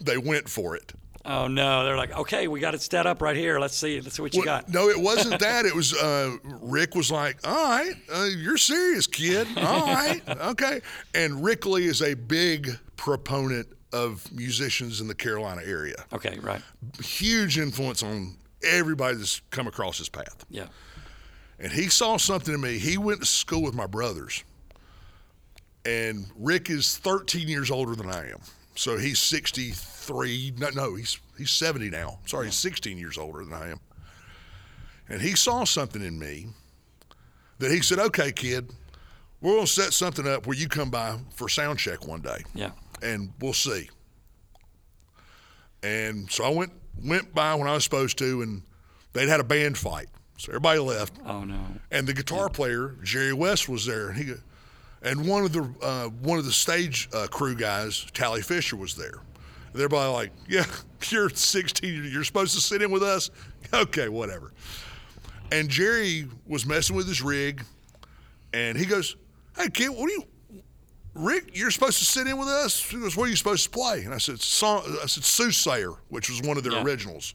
they went for it.
Oh no, they're like, okay, we got it set up right here. Let's see, let's see what you
Well,
got.
No, it wasn't that. It was uh, Rick was like, "All right, uh, you're serious, kid. All right, okay." And Rick Lee is a big proponent of musicians in the Carolina area.
Okay, right.
Huge influence on everybody that's come across his path.
Yeah.
And he saw something in me. He went to school with my brothers, and Rick is 13 years older than I am. So he's 63. No, no, he's he's 70 now. Sorry, he's 16 years older than I am. And he saw something in me that he said, "Okay, kid, we're gonna set something up where you come by for sound check one day."
Yeah.
and we'll see. And so I went went by when I was supposed to, and they'd had a band fight, so everybody left,
Oh no.
and the guitar player Jerry West was there, and he, go- and one of the uh, one of the stage uh, crew guys, Tally Fisher, was there. And everybody like, yeah, you're 16, you're supposed to sit in with us, okay, whatever. And Jerry was messing with his rig, and he goes, "Hey kid, what do you?" Rick, you're supposed to sit in with us. He goes, "What are you supposed to play?" And I said, "Song." I said, "Soothsayer," which was one of their
Yeah.
originals,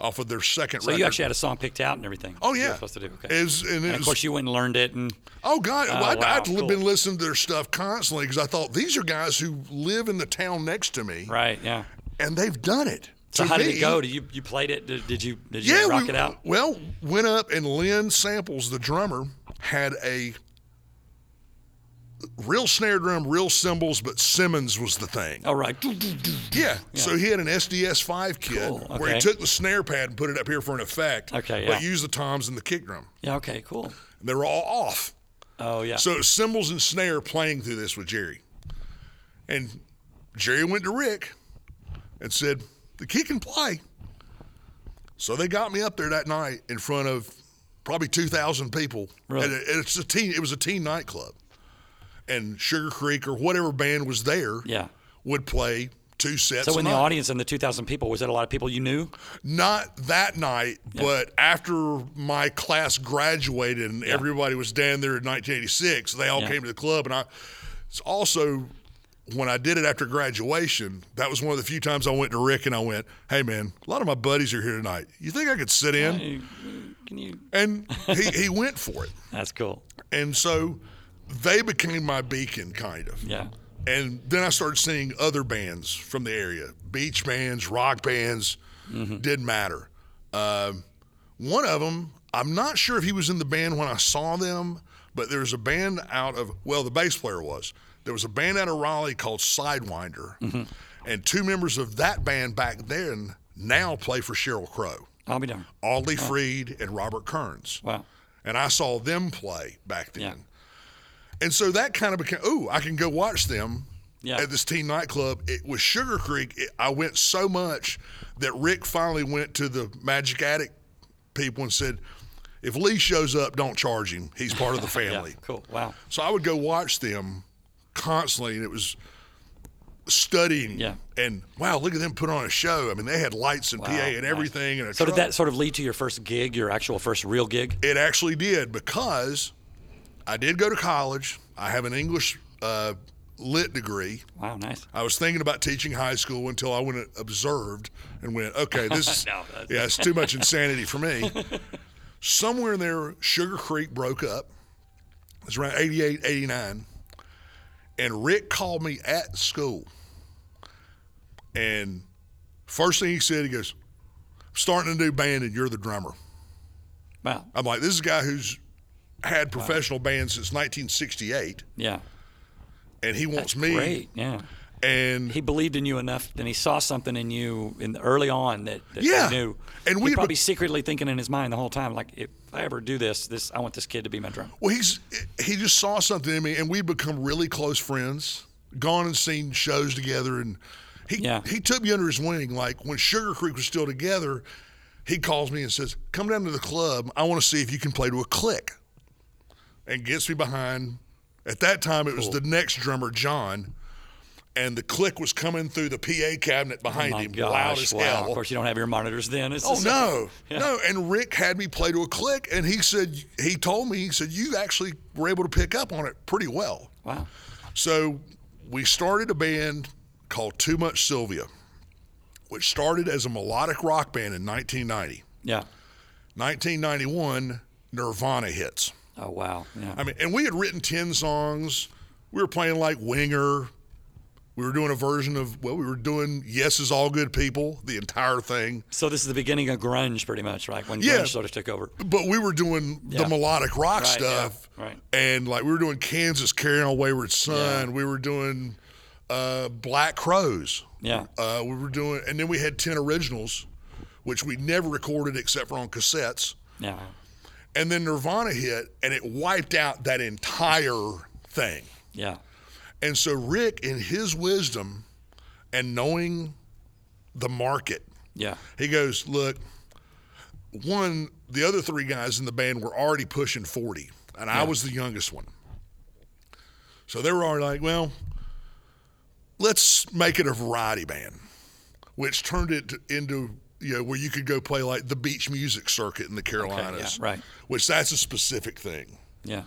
off of their second
So
record.
you actually had a song picked out and everything.
oh
You
yeah,
were supposed to do. Okay.
It was- and it
and of
was-
course, you went and learned it, and
oh god, well, I'd,
wow,
I'd
cool.
been listening to their stuff constantly because I thought these are guys who live in the town next to me,
right, yeah.
and they've done it.
So
to
how did
me.
it go? Did you you played it? Did, did you did you
Yeah,
rock
we,
it out?
Well, went up and Lynn Samples, the drummer, had a real snare drum, real cymbals, but Simmons was the thing.
All Oh, right.
Yeah. So he had an SDS five kit
Cool,
where he
okay.
took the snare pad and put it up here for an effect.
Okay,
But
yeah.
used the toms and the kick drum.
Yeah. Okay. Cool.
And they were all off.
Oh yeah.
So it was cymbals and snare playing through this with Jerry. And Jerry went to Rick and said, The kid can play. So they got me up there that night in front of probably two thousand people.
Really?
And it- it's a teen. It was a teen nightclub, and Sugar Creek or whatever band was there.
Yeah.
would play two sets.
So
a
in the
night.
audience and the 2,000 people, was that a lot of people you knew?
not that night, but after my class graduated and everybody was down there in 1986, they all
Yeah.
came to the club. And I it's also when I did it after graduation, that was one of the few times I went to Rick and I went, "Hey man, a lot of my buddies are here tonight. You think I could sit in?"
Can you?
And he, he went for it,
That's cool.
and so they became my beacon, kind of.
Yeah.
And then I started seeing other bands from the area beach bands, rock bands,
Mm-hmm.
didn't matter. Um, one of them, I'm not sure if he was in the band when I saw them, but there was a band out of, well, the bass player was. There was a band out of Raleigh called Sidewinder.
Mm-hmm.
And two members of that band back then now play for Cheryl Crow,
I'll be darned.
Audley Freed and Robert Kearns
Wow.
and I saw them play back then.
Yeah.
And so that kind of became, ooh, I can go watch them
Yeah.
at this teen nightclub. It was Sugar Creek. It, I went so much that Rick finally went to the Magic Attic people and said, if Lee shows up, don't charge him. He's part of the
Yeah.
family.
Cool. Wow.
So I would go watch them constantly, and it was studying.
Yeah.
And wow, look at them put on a show. I mean, they had lights and PA and everything. And a
So did
truck.
that sort of lead to your first gig, your actual first real gig?
It actually did because I did go to college. I have an English uh, lit degree.
Wow. Nice.
I was thinking about teaching high school until I went and observed and went, okay, this is
No, that's-
yeah, it's too much insanity for me. Somewhere in there, Sugar Creek broke up. It was around 88, 89. And Rick called me at school. And first thing he said, he goes, I'm starting a new band and you're the drummer.
Wow.
I'm like, this is a guy who's had professional bands since 1968,
Yeah.
and he wants me.
Great. Yeah.
And
He believed in you enough, and he saw something in you in early on that, that he
Yeah.
knew.
And
He
we had-
probably secretly thinking in his mind the whole time, like, if I ever do this, this I want this kid to be my drummer.
well, he's he just saw something in me, and we become really close friends. Gone and seen shows together, and he
Yeah.
he took me under his wing. Like when Sugar Creek was still together, he calls me and says, "Come down to the club. I want to see if you can play to a click," and gets me behind. At that time, it was the next drummer, John. And the click was coming through the PA cabinet behind
Oh My
him, loud
gosh!
as
Wow.
hell.
Of course, you don't have your monitors then. It's
Oh
just-
no, no! And Rick had me play to a click, and he said he told me he said you actually were able to pick up on it pretty well.
Wow.
So we started a band called Too Much Sylvia, which started as a melodic rock band in 1990.
Yeah.
1991, Nirvana hits.
Oh wow. Yeah.
I mean, and we had written 10 songs. We were playing like Winger. We were doing a version of well, we were doing Yes is All Good People, the entire thing.
So this is the beginning of grunge, pretty much, right? When
Yeah.
grunge sort of took over.
but we were doing
Yeah.
the melodic rock
Right, yeah,
stuff,
right.
And like we were doing Kansas Carrying on Wayward Son, we were doing uh, Black Crows,
Yeah.
uh, we were doing, and then we had ten originals, which we never recorded except for on cassettes.
Yeah.
And then Nirvana hit, and it wiped out that entire thing.
Yeah.
And so Rick, in his wisdom, and knowing the market,
Yeah.
he goes, Look, one, the other three guys in the band were already pushing 40, and I was the youngest one. So they were already like, Well, let's make it a variety band, which turned it into, you know, where you could go play like the beach music circuit in the Carolinas,
right.
which that's a specific thing.
Yeah.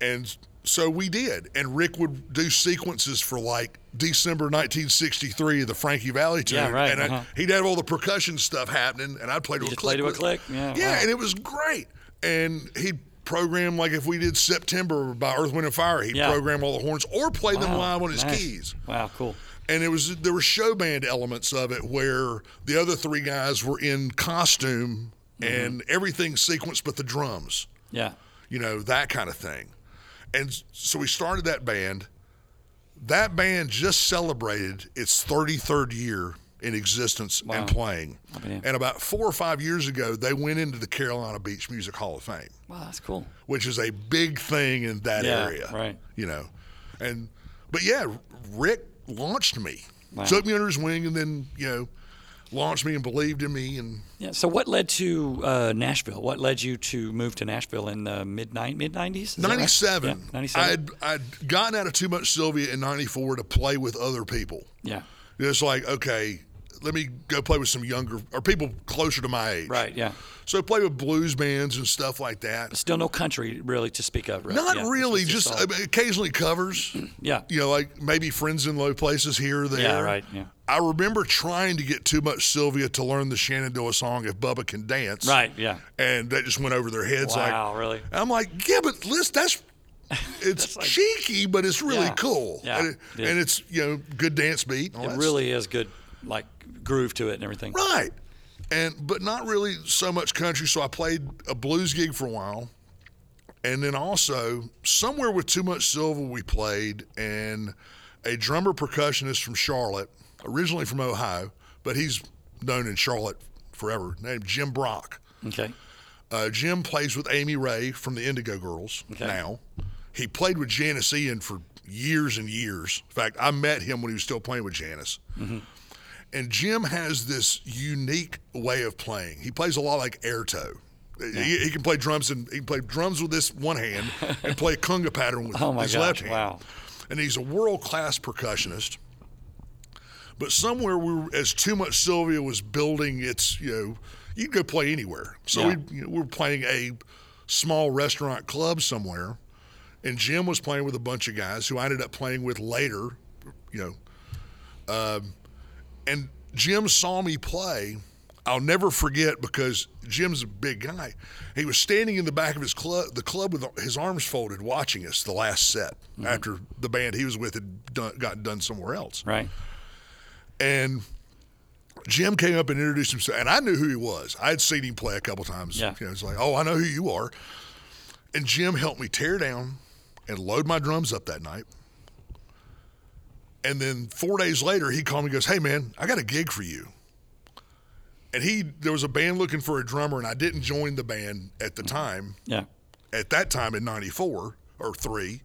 And so we did. And Rick would do sequences for like December 1963, the Frankie Valley tune.
Yeah, right,
And I-
uh-huh.
he'd have all the percussion stuff happening, and I'd play to a
just play
click.
to a
with it.
click? Yeah, wow.
and it was great. And he'd program, like if we did September by Earth, Wind, and Fire, he'd
Yeah.
program all the horns or play them
Wow,
live on his
nice.
keys.
Wow. Cool.
And it was there were show band elements of it where the other three guys were in costume
Mm-hmm.
and everything sequenced but the drums
Yeah.
you know, that kind of thing. And so we started that band. That band just celebrated its 33rd year in existence and playing.
damn.
And about four or five years ago, they went into the Carolina Beach Music Hall of Fame,
Wow. That's cool.
which is a big thing in that
Yeah,
area.
right.
You know, and, but yeah, Rick launched me,
Wow.
took me under his wing, and then, you know, launched me and believed in me. And
Yeah. So what led to uh, Nashville? What led you to move to Nashville in the mid mid nineties?
ninety seven,
Yeah. Ninety seven.
I'd I'd gotten out of too much Sylvia in ninety four to play with other people.
Yeah.
It's like okay, let me go play with some younger or people closer to my age.
Right. Yeah.
So I play with blues bands and stuff like that.
Still no country really to speak of. Right?
Not
Yeah, that's
really,
what you
just
saw.
I mean, occasionally covers.
yeah.
you know, like maybe friends in low places here or there.
Yeah, right, yeah.
I remember trying to get too much Sylvia to learn the Shenandoah song if Bubba can dance.
Right. Yeah.
And that just went over their heads.
Wow.
Like,
really.
I'm like, yeah, but listen, that's it's cheeky, but it's really
Yeah,
cool.
yeah,
and, it-
yeah.
and it's you know good dance beat. and all
It
that
really is good, like groove to it and everything.
Right. And but not really so much country. So I played a blues gig for a while. And then also somewhere with too much silver we played and a drummer percussionist from Charlotte, originally from Ohio, but he's known in Charlotte forever, named Jim Brock.
Okay.
Uh, Jim plays with Amy Ray from the Indigo Girls
Okay.
now. He played with Janice Ian for years and years. In fact, I met him when he was still playing with Janice.
Mm-hmm.
And Jim has this unique way of playing. He plays a lot like air toe. He, he can play drums and he can play drums with this one hand and play a conga pattern with
Oh my
his
gosh,
left hand.
wow.
And he's a world class percussionist. But somewhere we were, as too much Sylvia was building its, you know, you'd go play anywhere. So
Yeah.
we, you know, we were playing a small restaurant club somewhere, and Jim was playing with a bunch of guys who I ended up playing with later, you know. Um, and Jim saw me play. I'll never forget because Jim's a big guy. He was standing in the back of his club, the club with his arms folded, watching us the last set after the band he was with had done, got done somewhere else
Right.
and Jim came up and introduced himself, and I knew who he was. I had seen him play a couple times.
Yeah.
You know, it's like, oh, I know who you are. And Jim helped me tear down and load my drums up that night. And then four days later, he called me and goes, hey, man, I got a gig for you. And he, there was a band looking for a drummer, and I didn't join the band at the time
Yeah.
at that time in 94 or 3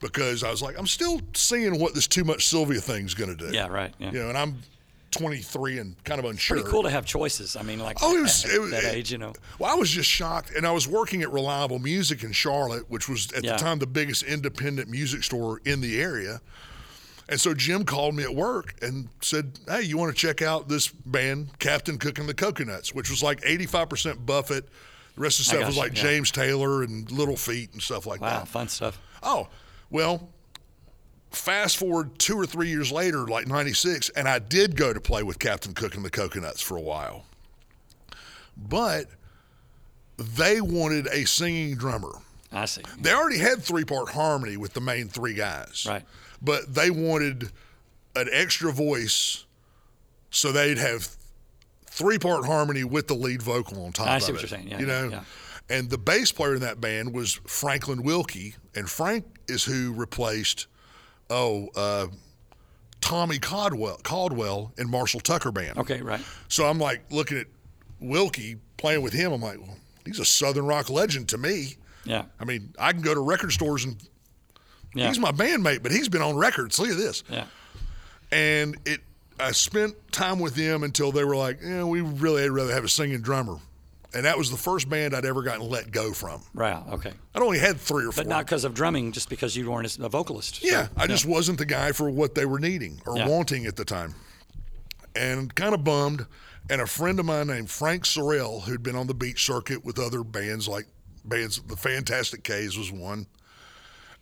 because I was like, I'm still seeing what this too much Sylvia thing's going to do.
Yeah, right, yeah.
You know, and I'm 23 and kind of unsure.
Pretty cool to have choices. I mean, like
Oh, it was-
at
it was-
that
it-
age, you know.
Well, I was just shocked. And I was working at Reliable Music in Charlotte, which was at
Yeah.
the time the biggest independent music store in the area. And so Jim called me at work and said, Hey, you want to check out this band, Captain Cooking the Coconuts, which was like 85% Buffett. The rest of the
I
stuff was
gotcha,
like
yeah.
James Taylor and Little Feet and stuff like that.
Wow, fun stuff.
Oh, well, fast forward two or three years later, like 96, and I did go to play with Captain Cook and the Coconuts for a while. But they wanted a singing drummer.
I see.
They already had three part harmony with the main three guys.
Right.
But they wanted an extra voice so they'd have three part harmony with the lead vocal on top
I
of
see
it.
what you're saying. Yeah,
you
yeah,
know?
yeah.
And the bass player in that band was Franklin Wilkie, and Frank is who replaced oh uh, Tommy Caldwell Caldwell in Marshall Tucker band.
Okay, right.
So I'm like looking at Wilkie playing with him. I'm like, well, he's a Southern rock legend to me.
Yeah.
I mean, I can go to record stores and
Yeah.
he's my bandmate, but he's been on records. Look at this.
yeah.
And it, I spent time with them until they were like, "Yeah, we really would rather have a singing drummer." And that was the first band I'd ever gotten let go from.
Right. Okay.
I'd only had three or four.
But not because of drumming, just because you weren't a vocalist. So,
yeah, I just wasn't the guy for what they were needing or
Yeah.
wanting at the time. And kind of bummed. And a friend of mine named Frank Sorrell, who'd been on the beach circuit with other bands like bands, the Fantastic K's was one.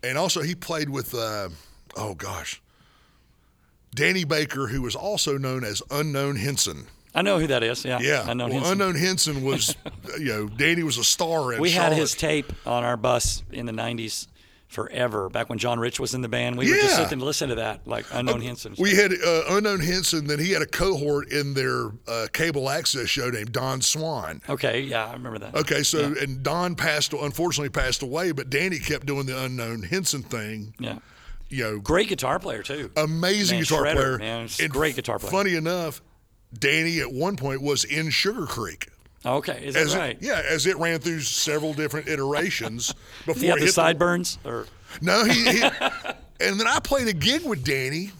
And also he played with, uh, oh gosh, Danny Baker, who was also known as Unknown Henson.
I know who that is. Yeah.
Yeah,
I know
well,
him.
Unknown Henson was, you know, Danny was a star. In
we had his
Charlotte.
tape on our bus in the 90s forever, back when John Rich was in the band. We would just
Yeah.
sit and listen to that, like Unknown Henson.
We had uh, unknown Henson. Then he had a cohort in their uh, cable access show named Don Swan.
okay. Yeah, I remember that.
Okay, so and Don passed, unfortunately passed away, but Danny kept doing the unknown Henson thing.
Yeah.
You know,
Great guitar player, too.
Uh, amazing
Man,
guitar
Shredder,
player.
man, it's a
And
great guitar player.
Funny enough, Danny at one point was in Sugar Creek.
okay. Is
As
that
it-
right?
yeah, as it ran through several different iterations before
He had
it
the
hit the-
sideburns, or
No, he, he and then I played a gig with Danny,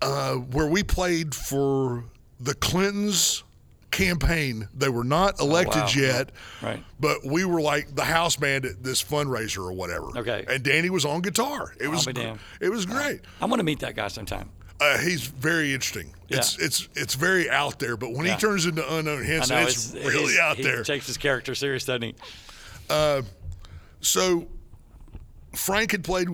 uh, where we played for the Clintons campaign. They were not elected
Oh, wow.
yet.
Right.
But we were like the house band at this fundraiser or whatever.
Okay.
And Danny was on guitar. It was
be
gr-
damned.
it was great.
I want to meet that guy sometime.
Uh, he's very interesting. It's it's it's very out there, but when he turns into unknown
I
Henson,
know
it's, really
he's-
out
he
there.
takes his character serious, doesn't he?
So Frank had played.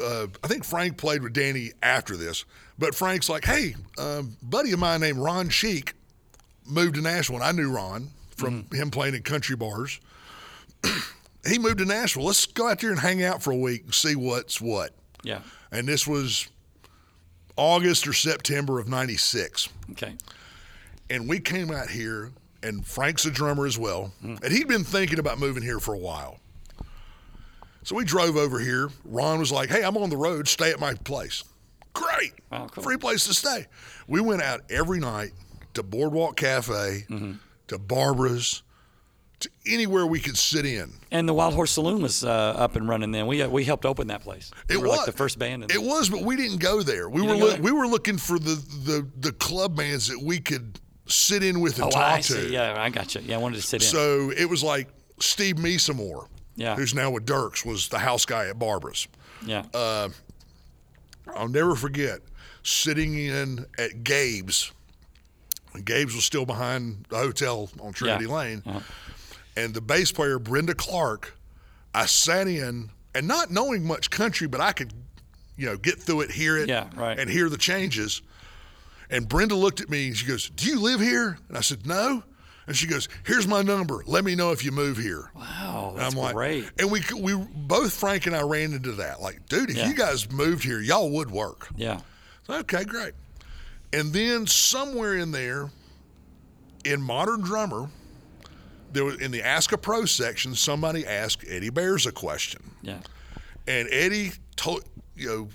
Uh, I think Frank played with Danny after this, but Frank's like, "Hey, um, buddy of mine named Ron Sheik moved to Nashville. And I knew Ron from him playing at country bars. he moved to Nashville. Let's go out there and hang out for a week and see what's what."
Yeah.
And this was August or September of '96
Okay.
and we came out here and frank's a drummer as well
Mm.
and he'd been thinking about moving here for a while so we drove over here ron was like hey i'm on the road stay at my place great
Wow, Oh, cool.
free place to stay we went out every night to boardwalk cafe
Mm-hmm.
to barbara's to anywhere we could sit in
And the Wild Horse Saloon was uh, up and running then. We uh, we helped open that place. We
it
were
was
like the first band. In
it was but we didn't go there we were
didn't go
loo-
there?
we were looking for the, the the club bands that we could sit in with and
oh,
talk
I
to
see. Yeah, I got you. Yeah, I wanted to sit in.
So it was like Steve Meesamore,
Yeah.
who's now with Dirks, was the house guy at Barbara's.
Yeah.
uh, I'll never forget sitting in at Gabe's. And Gabe's was still behind the hotel on Trinity
Yeah.
Lane. And the bass player, Brenda Clark, I sat in and not knowing much country, but I could, you know, get through it, hear it,
Yeah, right.
and hear the changes. And Brenda looked at me and she goes, Do you live here? And I said, No. And she goes, Here's my number. Let me know if you move here.
wow, Oh,
And
that's
I'm like,
great.
and we we both Frank and I ran into that. Like, dude, if
Yeah.
you guys moved here, y'all would work.
Yeah.
Okay, great. And then somewhere in there, in Modern Drummer, there was in the Ask a Pro section, somebody asked Eddie Bears a question,
Yeah.
and Eddie told you know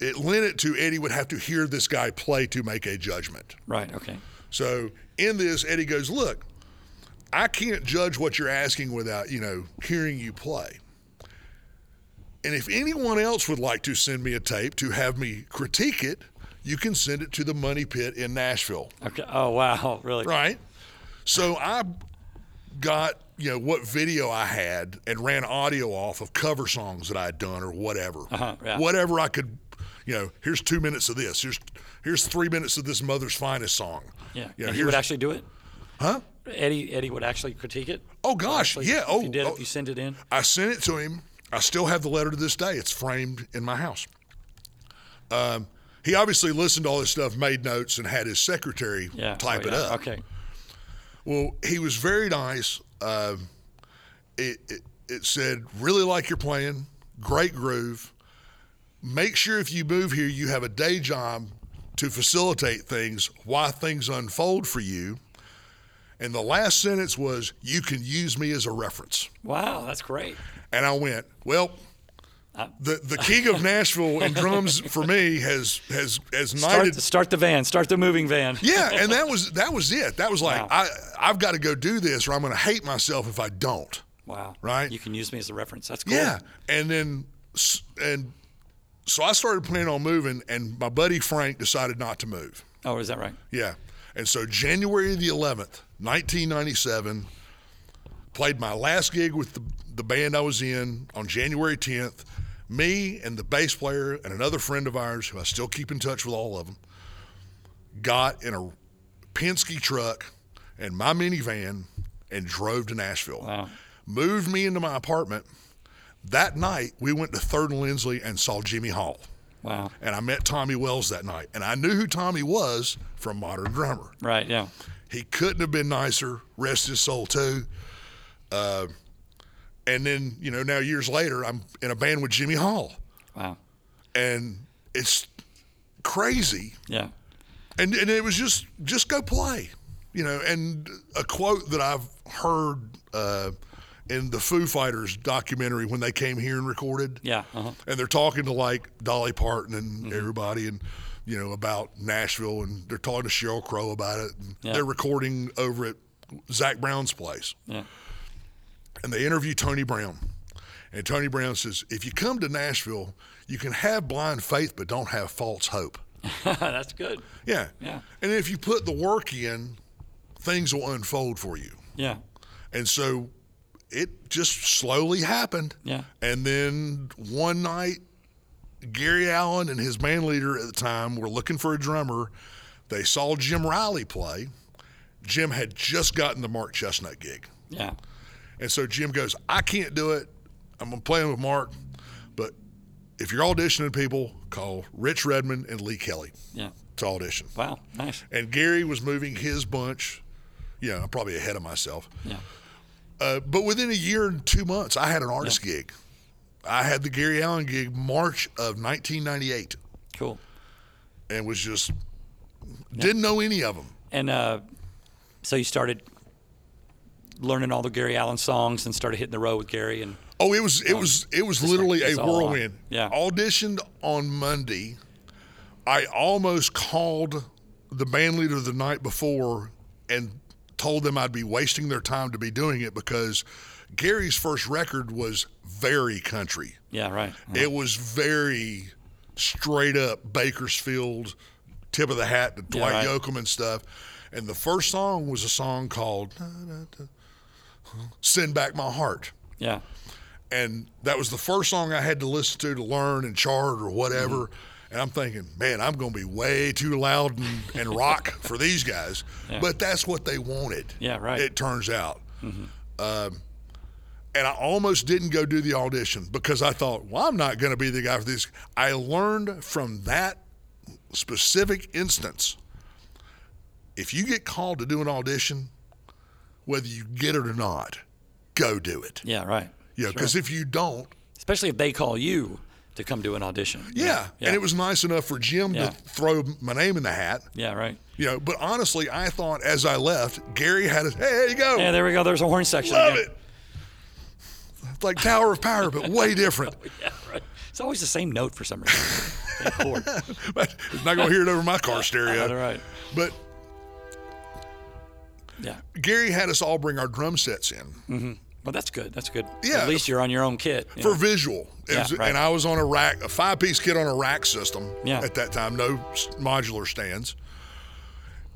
it lent it to Eddie would have to hear this guy play to make a judgment.
Right. Okay.
So in this, Eddie goes, "Look, I can't judge what you're asking without you know hearing you play." And if anyone else would like to send me a tape to have me critique it, you can send it to the Money Pit in Nashville,
Okay. Oh wow. Really.
right? So I got you know what video I had and ran audio off of cover songs that I had done or whatever,
Uh-huh, yeah.
whatever I could. You know, here's two minutes of this. Here's here's three minutes of this Mother's Finest song.
Yeah.
You know,
and he would
here's-
actually do it.
Huh?
Eddie Eddie would actually critique it.
Oh gosh,
Like,
yeah.
If
Oh,
you did,
oh,
if you send it in.
I sent it to him. I still have the letter to this day. It's framed in my house. Um, he obviously listened to all this stuff, made notes, and had his secretary
Yeah.
type
oh,
it
yeah.
up.
Okay.
Well, he was very nice. Um it, it it said, "Really like your playing. Great groove. Make sure if you move here, you have a day job to facilitate things. Why things unfold for you." And the last sentence was, "You can use me as a reference."
Wow, that's great.
And I went, well, the the king of Nashville and drums for me has has has
Start
knighted.
the, start the van. Start the moving van.
Yeah, and that was that was it. That was like I I've got to go do this or I'm going to hate myself if I don't.
Wow.
Right.
You can use me as a reference. That's cool.
Yeah, and then s- and so I started planning on moving, and my buddy Frank decided not to move.
Oh, is that right?
Yeah, and so January the 11th, 1997, played my last gig with the, the band I was in on January 10th. Me and the bass player and another friend of ours, who I still keep in touch with all of them, got in a Penske truck and my minivan and drove to Nashville.
Wow.
Moved me into my apartment. That night, we went to Third and Lindsley and saw Jimmy Hall.
Wow.
And I met Tommy Wells that night. And I knew who Tommy was from Modern Drummer.
Right. Yeah.
He couldn't have been nicer. Rest his soul too. Uh, and then you know now years later I'm in a band with Jimmy Hall,
Wow.
and it's crazy.
Yeah.
And and it was just just go play, you know. And a quote that I've heard uh, in the Foo Fighters documentary when they came here and recorded
Yeah. Uh-huh.
and they're talking to like Dolly Parton and
Mm-hmm.
everybody and you know about Nashville and they're talking to Sheryl Crow about it and
Yeah.
they're recording over at Zach Brown's place
Yeah.
and they interview Tony Brown and Tony Brown says if you come to Nashville you can have blind faith but don't have false hope
That's good.
Yeah.
Yeah.
And if you put the work in, things will unfold for you.
Yeah.
And so it just slowly happened.
Yeah.
And then one night, Gary Allen and his band leader at the time were looking for a drummer. They saw Jim Riley play. Jim had just gotten the Mark Chestnut gig.
Yeah.
And so Jim goes, I can't do it. I'm playing with Mark. But if you're auditioning people, call Rich Redmond and Lee Kelly
Yeah.
to audition.
Wow. Nice.
And Gary was moving his bunch. Yeah, I'm probably ahead of myself.
Yeah.
Uh, but within a year and two months, I had an artist gig. I had the Gary Allen gig March of 1998
Cool.
and was just, didn't know any of them.
And uh, so you started learning all the Gary Allen songs and started hitting the road with Gary and
Oh, it was it was it was literally
it's
a
all on.
whirlwind.
Yeah.
Auditioned on Monday. I almost called the band leader the night before and told them I'd be wasting their time to be doing it because Gary's first record was very country.
yeah, right.
It was very straight up Bakersfield, tip of the hat to Dwight
right.
Yoakam and stuff. And the first song was a song called Send Back My Heart
Yeah.
and that was the first song I had to listen to to learn and chart or whatever.
Mm-hmm.
And I'm thinking, man, I'm going to be way too loud and, and rock for these guys. But that's what they wanted.
Yeah, right. Mm-hmm.
It turns out. Um, and I almost didn't go do the audition because I thought, well, I'm not going to be the guy for this. I learned from that specific instance if you get called to do an audition, whether you get it or not, go do it.
Yeah, right.
Yeah, because if you don't,
Especially if they call you to come do an audition.
yeah.
Yeah.
And it was nice enough for Jim
Yeah.
to throw my name in the hat.
Yeah, right.
You know, but honestly, I thought as I left, Gary had a hey, there you go,
Yeah, there we go. There's a horn section.
love
again.
it. It's like Tower of Power, but way different.
Yeah, right. It's always the same note for some reason. That chord.
But it's not gonna hear it over my car
All
stereo.
right.
But
Yeah.
Gary had us all bring our drum sets in
Well, that's good. That's good.
Yeah.
At least you're on your own kit. you
for
know.
visual, It
Yeah,
was-
right.
and I was on a rack, a five-piece kit on a rack system
Yeah.
at that time, no s- modular stands.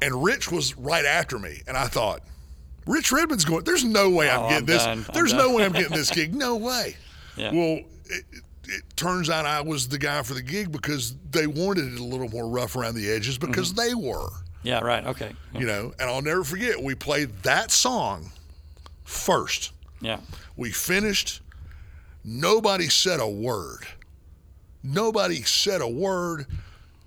And Rich was right after me, and I thought, Rich Redmond's going. There's no way I'm
Oh,
getting
I'm
this.
done. I'm
There's no way I'm getting this gig. No way.
Yeah.
Well, it, it- it turns out I was the guy for the gig because they wanted it a little more rough around the edges because they were,
Mm-hmm. yeah, right. Okay.
you know. And I'll never forget we played that song first.
Yeah.
We finished. Nobody said a word. Nobody said a word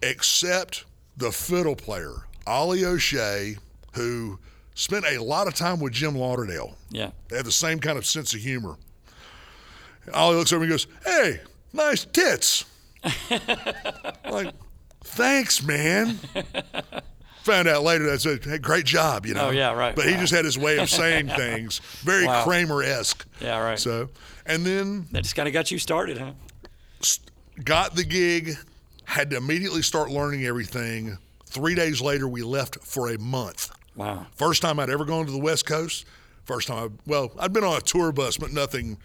except the fiddle player, Ollie O'Shea, who spent a lot of time with Jim Lauderdale.
Yeah.
They had the same kind of sense of humor. Ollie looks over and goes, Hey, nice tits. like, thanks, man. Found out later that's a hey, great job, you know.
Oh, yeah, right.
But he
Wow.
just had his way of saying things, very
Wow.
Kramer esque.
Yeah, right.
So, and then
That just kind of got you started, huh?
st- got the gig, had to immediately start learning everything. Three days later, we left for a month.
Wow.
First time I'd ever gone to the West Coast. First time, I, well, I'd been on a tour bus, but nothing,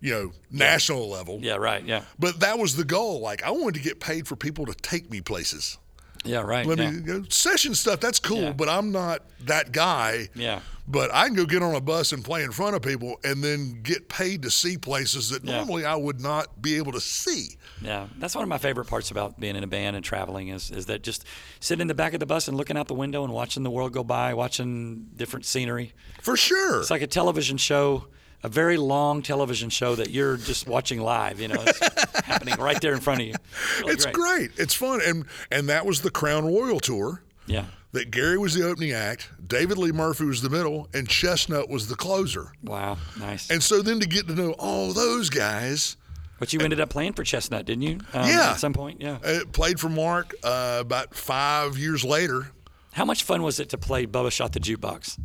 you know, national level.
Yeah, right. Yeah.
But that was the goal. Like, I wanted to get paid for people to take me places.
Yeah, right.
Let
yeah.
me go session stuff. That's cool,
Yeah.
but I'm not that guy.
Yeah.
But I can go get on a bus and play in front of people and then get paid to see places that
Yeah.
normally I would not be able to see.
Yeah, that's one of my favorite parts about being in a band and traveling is is that just sitting in the back of the bus and looking out the window and watching the world go by, watching different scenery.
For sure.
It's like a television show, a very long television show that you're just watching live. You know, it's happening right there in front of you. Really
it's great. It's fun. And and that was the Crown Royal tour.
Yeah.
That Gary was the opening act, David Lee Murphy was the middle, and Chestnut was the closer.
Wow. Nice.
And so then to get to know all those guys,
but you ended up playing for Chestnut, didn't you? Um,
Yeah.
At some point. Yeah.
uh, played for Mark uh, about five years later.
How much fun was it to play Bubba Shot the Jukebox?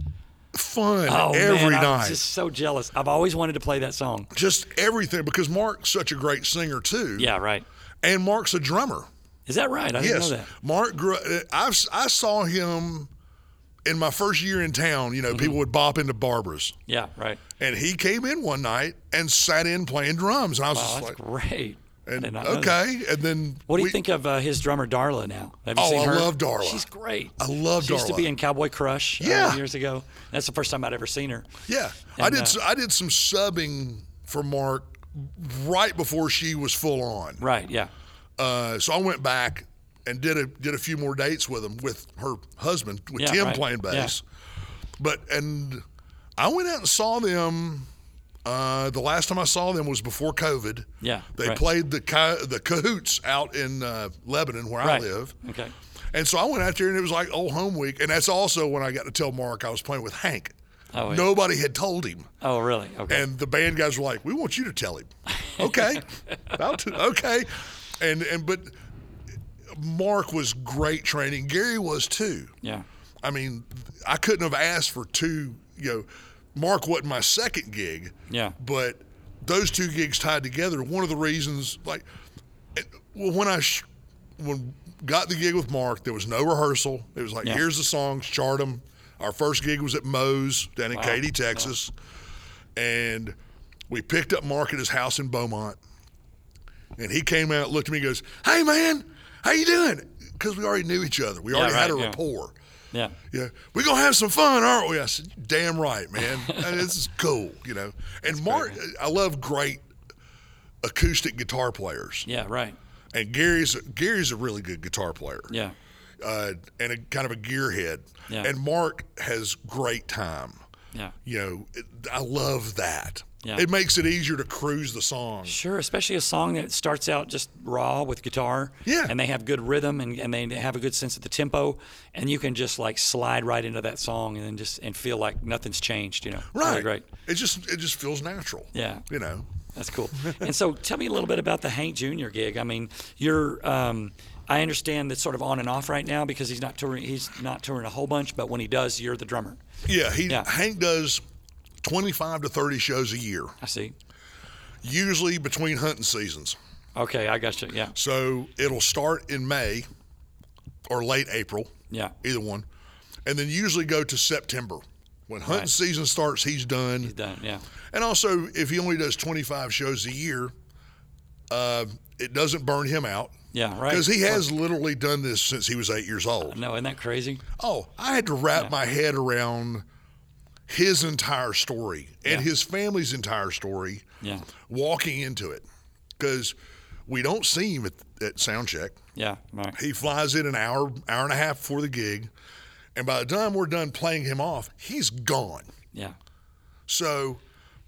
Fun
Oh
every
man,
night.
I'm just so jealous. I've always wanted to play that song.
just everything because Mark's such a great singer too.
Yeah. Right.
and Mark's a drummer.
Is that right? I didn't
Yes,
know that.
Mark. Grew, uh, I've, I saw him in my first year in town. You know,
Mm-hmm.
people would bop into Barbara's,
Yeah. Right.
and he came in one night and sat in playing drums, and I was
Oh,
just
that's
like,
great.
And
did not know that.
okay, and then
What do you
we-
think of uh, his drummer Darla now? Have you
Oh,
seen
I
her?
love Darla.
She's great.
I love
she Used to
Darla.
be in Cowboy Crush. uh,
Yeah.
years ago. That's the first time I'd ever seen her.
Yeah, I
And,
did.
uh,
s I I did some subbing for Mark right before she was full on.
Right. Yeah.
Uh, so I went back and did a did a few more dates with him with her husband with
Yeah,
Tim
right.
playing
Yeah.
bass. But and I went out and saw them. Uh, the last time I saw them was before COVID.
Yeah,
they
right.
played the Ca- the Cahoots out in uh, Lebanon where I
Right.
live.
Okay.
And so I went out there and it was like old home week. And that's also when I got to tell Mark I was playing with Hank.
Oh, yeah.
Nobody had told him.
Oh, really? Okay.
And the band guys were like, "We want you to tell him." Okay, I'll t- okay, and and but Mark was great training. Gary was too.
yeah.
I mean, I couldn't have asked for two. You know, Mark wasn't my second gig.
Yeah.
But those two gigs tied together. One of the reasons, like, it- well, when I sh- when got the gig with Mark, there was no rehearsal. It was like,
Yeah.
here's the songs, chart them. Our first gig was at Moe's down in Katy, Texas, and we picked up Mark at his house in Beaumont. And he came out, looked at me, and goes, "Hey man, how you doing?" Because we already knew each other. We already had a
right, yeah.
rapport.
Yeah.
Yeah, we're gonna have some fun, aren't we? I said, "Damn right, man. I mean, this is cool, you know." And Mark, I love great acoustic guitar players,
Yeah. Right.
and Gary's Gary's a really good guitar player,
Yeah.
uh, and a kind of a gearhead.
Yeah.
And Mark has great time.
Yeah.
You know, it, I love that.
Yeah.
It makes it easier to cruise the song.
Sure, especially a song that starts out just raw with guitar.
Yeah.
And they have good rhythm and, and they have a good sense of the tempo. And you can just like slide right into that song and then just and feel like nothing's changed, you know. Really
Right.
great.
It just it just feels natural.
Yeah.
You know.
That's cool. and so tell me a little bit about the Hank Jr. gig. I mean, you're um, I understand that's sort of on and off right now because he's not touring he's not touring a whole bunch, but when he does, you're the drummer.
Yeah. He
Yeah.
Hank does twenty five to thirty shows a year.
I see.
usually between hunting seasons.
Okay, I got you. Yeah.
So it'll start in May or late April,
Yeah.
either one, and then usually go to September. When hunting
Right.
season starts, he's done.
He's done. Yeah.
And also, if he only does 25 shows a year, uh, it doesn't burn him out.
Yeah, right.
Because he has literally done this since he was eight years old.
No, isn't that crazy?
Oh, I had to wrap my head around his entire story and his family's entire story
Yeah.
walking into it because we don't see him at, at sound check.
Yeah. Right.
He flies in an hour, hour and a half before the gig, and by the time we're done playing him off, he's gone.
Yeah.
So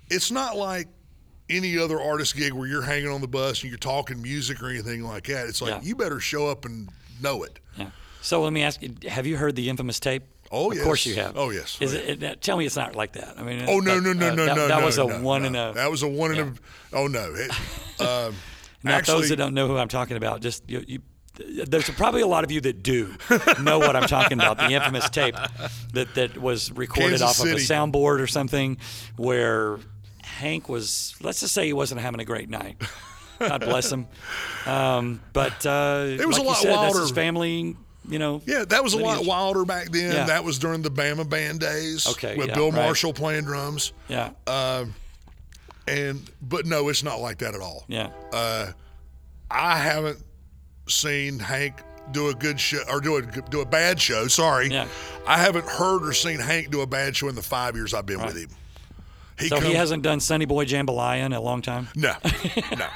it's not like any other artist gig where you're hanging on the bus and you're talking music or anything like that. It's like
Yeah.
you better show up and know it.
Yeah. So let me ask you: Have you heard the infamous tape?
Oh,
of
yes.
course you have.
Oh, yes.
Is it, it- Tell me it's not like that. I mean.
Oh no
that-
no no
uh,
no
that,
no!
That
no,
was a
no,
one
no.
and a.
That was a one and a. Oh no! It, um,
now,
actually,
those that don't know who I'm talking about, just you. you there's probably a lot of you that do know what I'm talking about. The infamous tape that, that was recorded
Kansas
off of a
City.
soundboard or something, where Hank was. Let's just say he wasn't having a great night. God bless him. Um, but uh,
was
like
a
you
lot
said, That's his
wilder.
family. You know.
Yeah, that was a lot
lineage.
wilder back then.
Yeah.
That was during the Bama Band days.
Okay,
with
yeah,
Bill
right.
Marshall playing drums.
Yeah.
Uh, And but no, it's not like that at all.
yeah.
I haven't seen Hank do a good show or do a do a bad show. Sorry,
Yeah.
I haven't heard or seen Hank do a bad show in the five years I've been with him. He
So
comes,
he hasn't done Sunny Boy Jambalaya in a long time.
no, no.